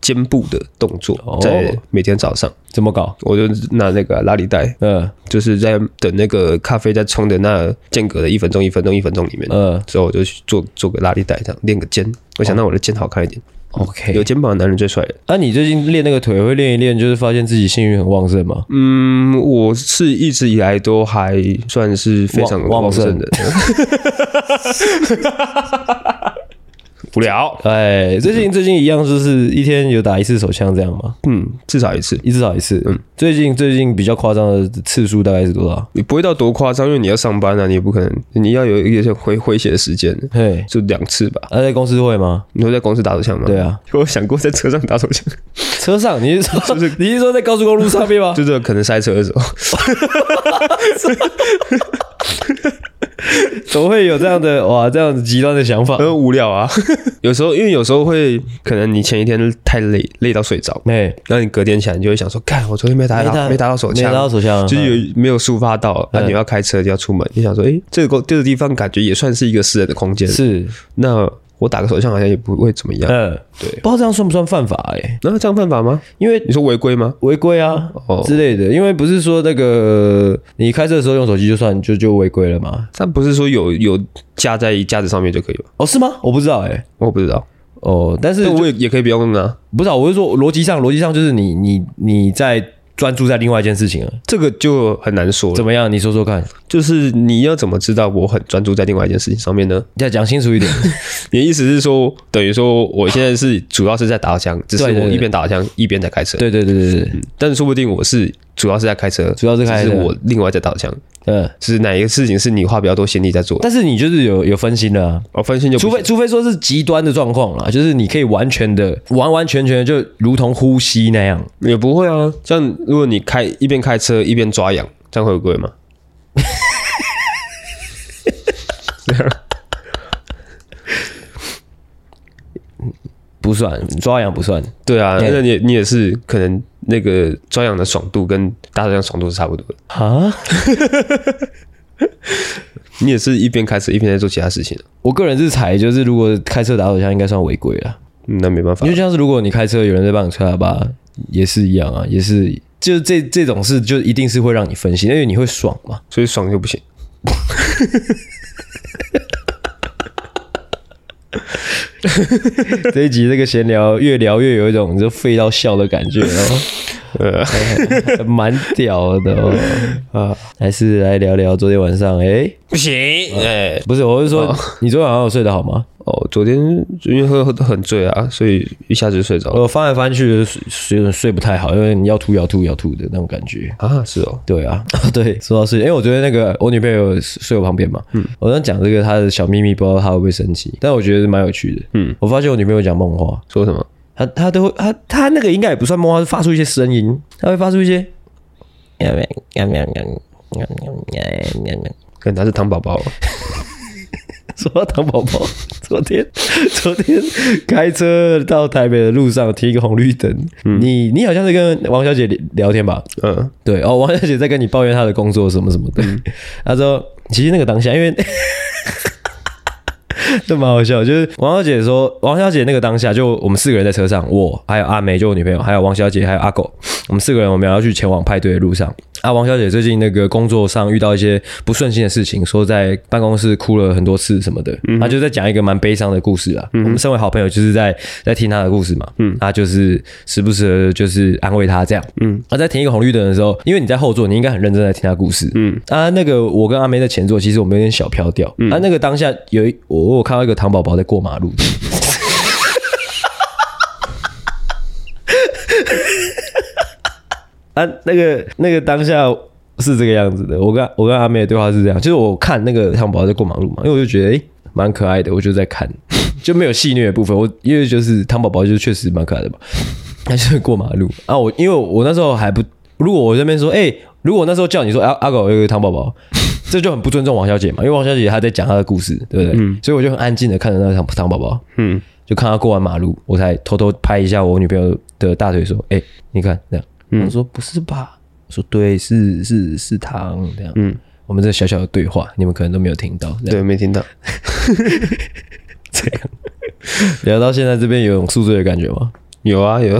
[SPEAKER 2] 肩部的动
[SPEAKER 1] 哦
[SPEAKER 2] 作，在每天早上，
[SPEAKER 1] 怎么搞？
[SPEAKER 2] 我就拿那个拉力带，
[SPEAKER 1] 嗯
[SPEAKER 2] 就是在等那个咖啡在冲的那间隔的一分钟、一分钟、一分钟里面，
[SPEAKER 1] 嗯哦
[SPEAKER 2] 之后我就去做做个拉力带这样练个肩，我想让我的肩好看一点。
[SPEAKER 1] ，OK。
[SPEAKER 2] 有肩膀的男人最帅了。
[SPEAKER 1] 啊那、你最近练那个腿，会练一练，就是发现自己性欲很旺盛吗？
[SPEAKER 2] 嗯，我是一直以来都还算是非常
[SPEAKER 1] 旺
[SPEAKER 2] 旺盛的。 不了。
[SPEAKER 1] 哎，最近最近一样，就是一天有打一次手枪这样吗？
[SPEAKER 2] 嗯，至少一次，
[SPEAKER 1] 一至少一次。嗯，最近最近比较夸张的次数大概是多少？
[SPEAKER 2] 你不会到多夸张，因为你要上班啊，你也不可能，你要有一些回回血的时间，
[SPEAKER 1] 嘿，
[SPEAKER 2] 就两次吧。
[SPEAKER 1] 啊，在公司会吗？
[SPEAKER 2] 你会在公司打手枪吗？
[SPEAKER 1] 对，啊，
[SPEAKER 2] 我有想过在车上打手枪，
[SPEAKER 1] 车上你是说 你是说在高速公路上面吗？
[SPEAKER 2] 就是可能塞车的时候。
[SPEAKER 1] 怎么会有这样的哇这样子极端的想法？
[SPEAKER 2] 很无聊啊。 有时候因为有时候会可能你前一天太累，累到睡着，
[SPEAKER 1] 哎，
[SPEAKER 2] 然后你隔天起来你就会想说，看我昨天没打到，没打到手
[SPEAKER 1] 没
[SPEAKER 2] 枪
[SPEAKER 1] 打。到手枪啊，
[SPEAKER 2] 就是有没有抒发到
[SPEAKER 1] 嗯
[SPEAKER 2] 啊？你要开车就要出门，你想说，诶，这个公这个地方感觉也算是一个私人的空间，
[SPEAKER 1] 嗯是，
[SPEAKER 2] 那我打个手枪好像也不会怎么样。
[SPEAKER 1] 嗯，
[SPEAKER 2] 对
[SPEAKER 1] 不知道这样算不算犯法哎、
[SPEAKER 2] 那这样犯法吗？
[SPEAKER 1] 因为
[SPEAKER 2] 你说违规吗？
[SPEAKER 1] 违规啊
[SPEAKER 2] 哦
[SPEAKER 1] 之类的，因为不是说那个你开车的时候用手机就算就就违规了吗？
[SPEAKER 2] 但不是说有有架在架子上面就可以吗？
[SPEAKER 1] 哦，是吗？我不知道哎、
[SPEAKER 2] 我不知道，
[SPEAKER 1] 哦，但是
[SPEAKER 2] 但我也也可以不要用啊。
[SPEAKER 1] 不是、啊，我是说逻辑上，逻辑上就是你你你在专注在另外一件事情了，
[SPEAKER 2] 这个就很难说了，
[SPEAKER 1] 怎么样？你说说看，
[SPEAKER 2] 就是你要怎么知道我很专注在另外一件事情上面呢？
[SPEAKER 1] 你再讲清楚一 点。
[SPEAKER 2] 你的意思是说，等于说我现在是主要是在打枪，只是
[SPEAKER 1] 对对
[SPEAKER 2] 我
[SPEAKER 1] 对
[SPEAKER 2] 一边打枪一边在开车。
[SPEAKER 1] 对对对对对，
[SPEAKER 2] 嗯，但是说不定我是主要是在开车，
[SPEAKER 1] 主要是开车
[SPEAKER 2] 只是我另外在打枪，
[SPEAKER 1] 嗯，
[SPEAKER 2] 是哪一个事情是你花比较多心力在做的？
[SPEAKER 1] 但是你就是有有分心了、啊。
[SPEAKER 2] 哦，分心就不
[SPEAKER 1] 除非除非说是极端的状况啦，就是你可以完全的完完全全的就如同呼吸那样，
[SPEAKER 2] 也不会啊。像如果你开一边开车一边抓痒，这样会有贵吗？
[SPEAKER 1] 不算抓痒不算。
[SPEAKER 2] 对啊，
[SPEAKER 1] 对
[SPEAKER 2] 那你也你也是可能那个抓痒的爽度跟打手枪爽度是差不多的。
[SPEAKER 1] 啊，
[SPEAKER 2] 你也是一边开车一边在做其他事情啊、
[SPEAKER 1] 我个人是采，就是如果开车打手枪，应该算违规了。
[SPEAKER 2] 嗯那没办法
[SPEAKER 1] 你就，像是如果你开车有人在帮你吹喇叭，也是一样啊，也是就是这这种事，就一定是会让你分心，因为你会爽嘛。
[SPEAKER 2] 所以爽就不行。
[SPEAKER 1] 这一集这个闲聊越聊越有一种就废到笑的感觉哦，
[SPEAKER 2] 呃，
[SPEAKER 1] 蛮屌的哦。啊，还是来聊聊昨天晚上，哎、
[SPEAKER 2] 不行，哎、
[SPEAKER 1] 不是，我是说、你昨天晚上有睡得好吗？
[SPEAKER 2] 哦，昨天因为喝喝得很醉啊，所以一下子就睡着了、
[SPEAKER 1] 我翻来翻去睡睡睡不太好，因为你要吐要吐要吐的那种感觉。
[SPEAKER 2] 啊。是哦，
[SPEAKER 1] 对啊， 对，说到睡，因为我觉得那个我女朋友睡我旁边嘛，嗯，我刚讲这个她的小秘密，不知道她会不会生气，但我觉得蛮有趣的，嗯，我发现我女朋友讲梦话，
[SPEAKER 2] 说什么？
[SPEAKER 1] 她她都会，她她那个应该也不算梦话，是发出一些声音，她会发出一些， 喵喵喵喵喵喵喵喵喵喵，
[SPEAKER 2] 可能他是糖宝哦宝，
[SPEAKER 1] 说到糖宝 宝，昨天昨天开车到台北的路上停一个红绿灯，你你好像是跟王小姐聊天吧，
[SPEAKER 2] 嗯，
[SPEAKER 1] 对哦，王小姐在跟你抱怨她的工作什么什么的。 她说，其实那个当下，因为 这蛮好笑，就是王小姐说，王小姐那个当下，就我们四个人在车上，我还有阿梅，就我女朋友，还有王小姐，还有阿狗，我们四个人我们要去前往派对的路上。啊，王小姐最近那个工作上遇到一些不顺心的事情，说在办公室哭了很多次什么的，她就在讲一个蛮悲伤的故事啊。我们身为好朋友，就是在在听她的故事嘛，嗯，她就是时不时的就是安慰她这样，嗯，啊，在停一个红绿灯的时候，因为你在后座，你应该很认真在听她故事，嗯，啊，那个我跟阿梅在前座，其实我们有点小飘掉，啊，那个当下有一我我有看到一个糖宝宝在过马路，啊，那个那个当下是这个样子的。我跟我跟阿妹的对话是这样，就是我看那个汤宝在过马路嘛，因为我就觉得诶蛮、可爱的，我就在看， 就没有戏虐的部分。我因为就是汤宝宝就确实蛮可爱的嘛， 他就是过马路啊。我因为我那时候还不，如果我这边说诶，如果我那时候叫你说阿啊阿狗有一个汤宝宝。 这就很不尊重王小姐嘛，因为王小姐她在讲她的故事，对不对？所以我就很安静的看着那个糖糖宝宝，
[SPEAKER 2] 嗯，
[SPEAKER 1] 就看她过完马路，我才偷偷拍一下我女朋友的大腿，说：“哎、你看这样。”
[SPEAKER 2] 嗯
[SPEAKER 1] 我说：“不是吧？”我说：“对，是是是糖这样。”嗯，我们这小小的对话，你们可能都没有听到。这样
[SPEAKER 2] 对，没听到，
[SPEAKER 1] 这样聊到现在这边有种宿醉的感觉吗？
[SPEAKER 2] 有啊，有，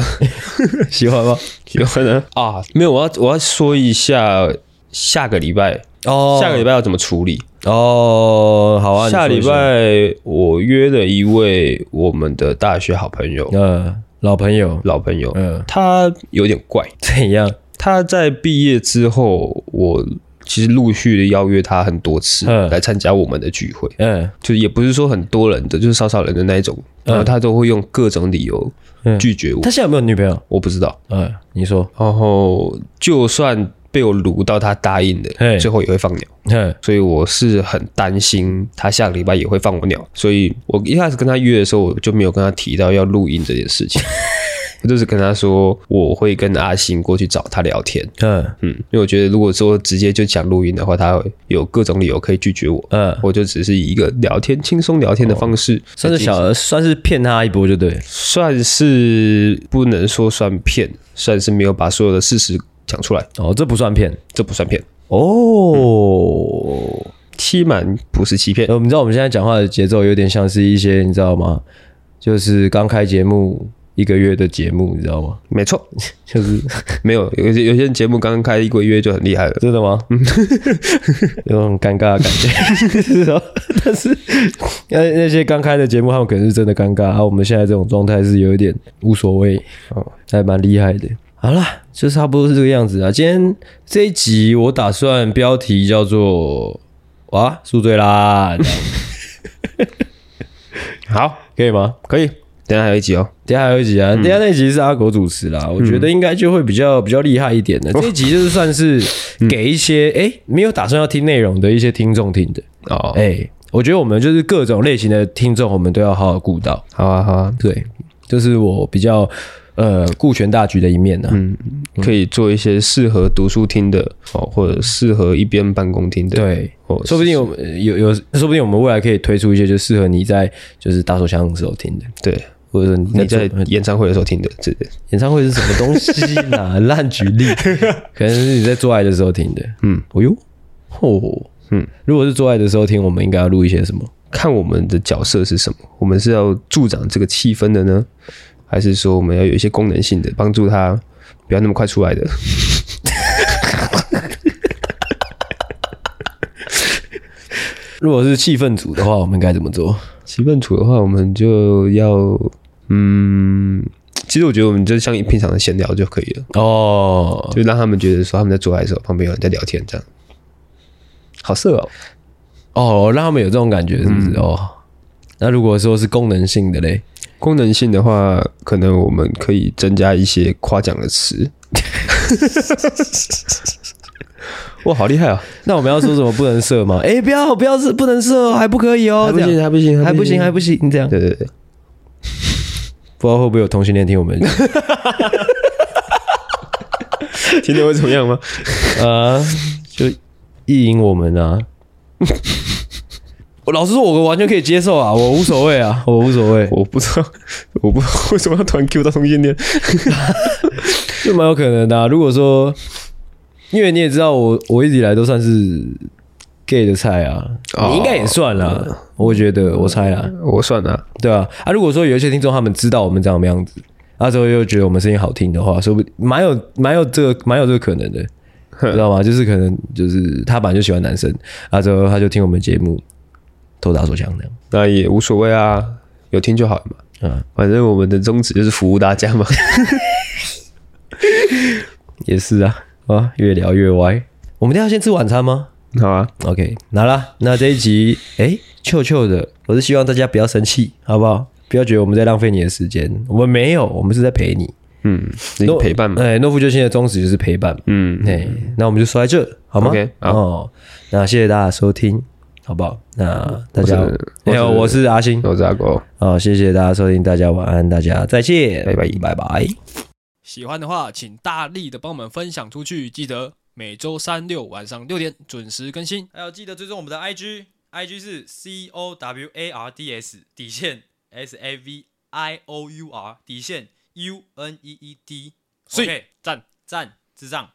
[SPEAKER 1] 喜欢吗？
[SPEAKER 2] 有可能啊，没有，我要我要说一下下个礼拜，
[SPEAKER 1] 哦
[SPEAKER 2] 下个礼拜要怎么处理？
[SPEAKER 1] 哦，好啊，你
[SPEAKER 2] 下
[SPEAKER 1] 说一
[SPEAKER 2] 礼
[SPEAKER 1] 下，
[SPEAKER 2] 拜我约了一位我们的大学好朋友，
[SPEAKER 1] 呃，老朋友，
[SPEAKER 2] 老朋友，
[SPEAKER 1] 嗯，
[SPEAKER 2] 他有点怪，
[SPEAKER 1] 怎样？
[SPEAKER 2] 他在毕业之后，我其实陆续的邀约他很多次
[SPEAKER 1] 嗯
[SPEAKER 2] 来参加我们的聚会，
[SPEAKER 1] 嗯
[SPEAKER 2] 就是也不是说很多人的，就是少少人的那一种，然后他都会用各种理由
[SPEAKER 1] 嗯
[SPEAKER 2] 拒绝我
[SPEAKER 1] 他。现在有没有女朋友？
[SPEAKER 2] 我不知道，
[SPEAKER 1] 嗯，你说，
[SPEAKER 2] 然后就算被我撸到他答应
[SPEAKER 1] 嘿
[SPEAKER 2] 的，最后也会放鸟。
[SPEAKER 1] 嗯
[SPEAKER 2] 所以我是很担心他下个礼拜也会放我鸟，所以我一开始跟他约的时候，我就没有跟他提到要录音这件 事情，我就是跟他说我会跟阿星过去找他聊天，
[SPEAKER 1] 嗯
[SPEAKER 2] 嗯，因为我觉得如果说直接就讲录音的话，他会有各种理由可以拒绝我，
[SPEAKER 1] 嗯，哦
[SPEAKER 2] 我就只是以一个聊天、轻松聊天的方式，
[SPEAKER 1] 算是
[SPEAKER 2] 哎
[SPEAKER 1] 小，算是骗他一波就对了。
[SPEAKER 2] 算是不能说算骗，算是没有把所有的事实讲出来，
[SPEAKER 1] 哦，这不算骗
[SPEAKER 2] 这不算骗，嗯
[SPEAKER 1] 哦。
[SPEAKER 2] 欺瞒不是欺骗，
[SPEAKER 1] 呃我们知道我们现在讲话的节奏有点像是一些，你知道吗？就是刚开节目一个月的节目，你知道吗？
[SPEAKER 2] 没错，
[SPEAKER 1] 就是
[SPEAKER 2] 没有，有些有些节目刚刚开一个月就很厉害了
[SPEAKER 1] 。真的吗？ 有种尴尬的感觉，是哦。但是那那些刚开的节目，他们可能是真的尴尬，啊而、我们现在这种状态是有一点无所谓，哦，还蛮厉害的。好啦，就差不多是这个样子啊。今天这一集我打算标题叫做“哇宿醉啦这样
[SPEAKER 2] 好，”，
[SPEAKER 1] 可以吗？
[SPEAKER 2] 可以，等一下还有一集哦。
[SPEAKER 1] 等一下还有一集啊，等一下那集是阿国主持啦，我觉得应该就会比较比较厉害一点的。这一集就是算是给一些哎、诶没有打算要听内容的一些听众听的，
[SPEAKER 2] 哦，
[SPEAKER 1] 哎、我觉得我们就是各种类型的听众，我们都要好好顾到。
[SPEAKER 2] 好啊，好啊，
[SPEAKER 1] 对，这是我比较呃顾全大局的一面呢、啊
[SPEAKER 2] 嗯，可以做一些适合读书听的哦，或者适合一边办公听的。，
[SPEAKER 1] 对，
[SPEAKER 2] 哦，
[SPEAKER 1] 说不定我们有有，说不定我们未来可以推出一些就适合你在就是打手枪的时候听的，
[SPEAKER 2] 对，
[SPEAKER 1] 或者说你
[SPEAKER 2] 你
[SPEAKER 1] 做
[SPEAKER 2] 在演唱会的时候听的，这个
[SPEAKER 1] 演唱会是什么东西呢、 烂举例，可能是你在做爱的时候听的。嗯，哦呦，吼，嗯
[SPEAKER 2] 嗯，
[SPEAKER 1] 如果是做爱的时候听，我们应该要录一些什么？
[SPEAKER 2] 看我们的角色是什么，我们是要助长这个气氛的呢，还是说我们要有一些功能性的，帮助他不要那么快出来的？
[SPEAKER 1] 如果是气氛组的话，我们该怎么做？
[SPEAKER 2] 气氛组的话，我们就要，嗯，其实我觉得我们就像平常的闲聊就可以了。
[SPEAKER 1] 哦，
[SPEAKER 2] 就让他们觉得说他们在做爱的时候，旁边有人在聊天，这样好色哦。
[SPEAKER 1] 哦，让他们有这种感觉，是不是？哦，那如果说是功能性的嘞，
[SPEAKER 2] 功能性的话，可能我们可以增加一些夸奖的 词。哇，好厉害啊！
[SPEAKER 1] 那我们要说什么不能射吗？ 哎，不要不要射，不能射哦，还不可以哦，这样
[SPEAKER 2] 还不行，
[SPEAKER 1] 还不行还
[SPEAKER 2] 不
[SPEAKER 1] 不行，这样
[SPEAKER 2] 对对对，
[SPEAKER 1] 不知道会不会有同性恋听我们
[SPEAKER 2] 今天会怎么样吗？
[SPEAKER 1] 啊，就意淫我们啊。 我老实说，我完全可以接受啊，我无所谓啊， 我无所谓，
[SPEAKER 2] 我不知道， 我不知道为什么要突然 Q 到同性恋。
[SPEAKER 1] 就蛮有可能的啊、如果说，因为你也知道我，我一直以来都算是 gay 的菜啊，
[SPEAKER 2] 哦
[SPEAKER 1] 你应该也算啦，我觉得我猜啦，
[SPEAKER 2] 我算了，
[SPEAKER 1] 对啊，啊，如果说有一些听众他们知道我们长什么样子，那之后又觉得我们声音好听的话，说不定蛮有蛮有这个蛮有这个可能的， 知道吗？就是可能就是他本来就喜欢男生，啊之后他就听我们节目偷打手枪那样。
[SPEAKER 2] 那也无所谓啊，有听就好了嘛。
[SPEAKER 1] 嗯，
[SPEAKER 2] 反正我们的宗旨就是服务大家嘛。
[SPEAKER 1] 也是啊，啊，越聊越歪。我们等一下先吃晚餐吗
[SPEAKER 2] 好啊，
[SPEAKER 1] ？OK，好啦，那这一集， 哎、臭臭的，我是希望大家不要生气，好不好？不要觉得我们在浪费你的时间，我们没有，我们是在陪你。
[SPEAKER 2] 嗯，你陪伴嘛。
[SPEAKER 1] 哎、诺夫救星的宗旨就是陪伴。
[SPEAKER 2] 嗯，
[SPEAKER 1] 哎、那我们就说在这好吗
[SPEAKER 2] OK，好
[SPEAKER 1] 哦，那谢谢大家收听，好不好？那大家
[SPEAKER 2] 我是，
[SPEAKER 1] 哎呦我是阿星，
[SPEAKER 2] 我是阿狗。
[SPEAKER 1] 哦，谢谢大家收听，大家晚安，大家再见，
[SPEAKER 2] 拜拜
[SPEAKER 1] 拜拜。
[SPEAKER 3] 喜欢的话，请大力的帮我们分享出去，记得每周三六晚上六点准时更新。
[SPEAKER 4] 还有记得追踪我们的 IG，IG 是 C O W A R D S 底线 S A V I O U R 底线 U N E E D，
[SPEAKER 3] 所以
[SPEAKER 4] OK，
[SPEAKER 3] 赞。
[SPEAKER 4] 赞智障。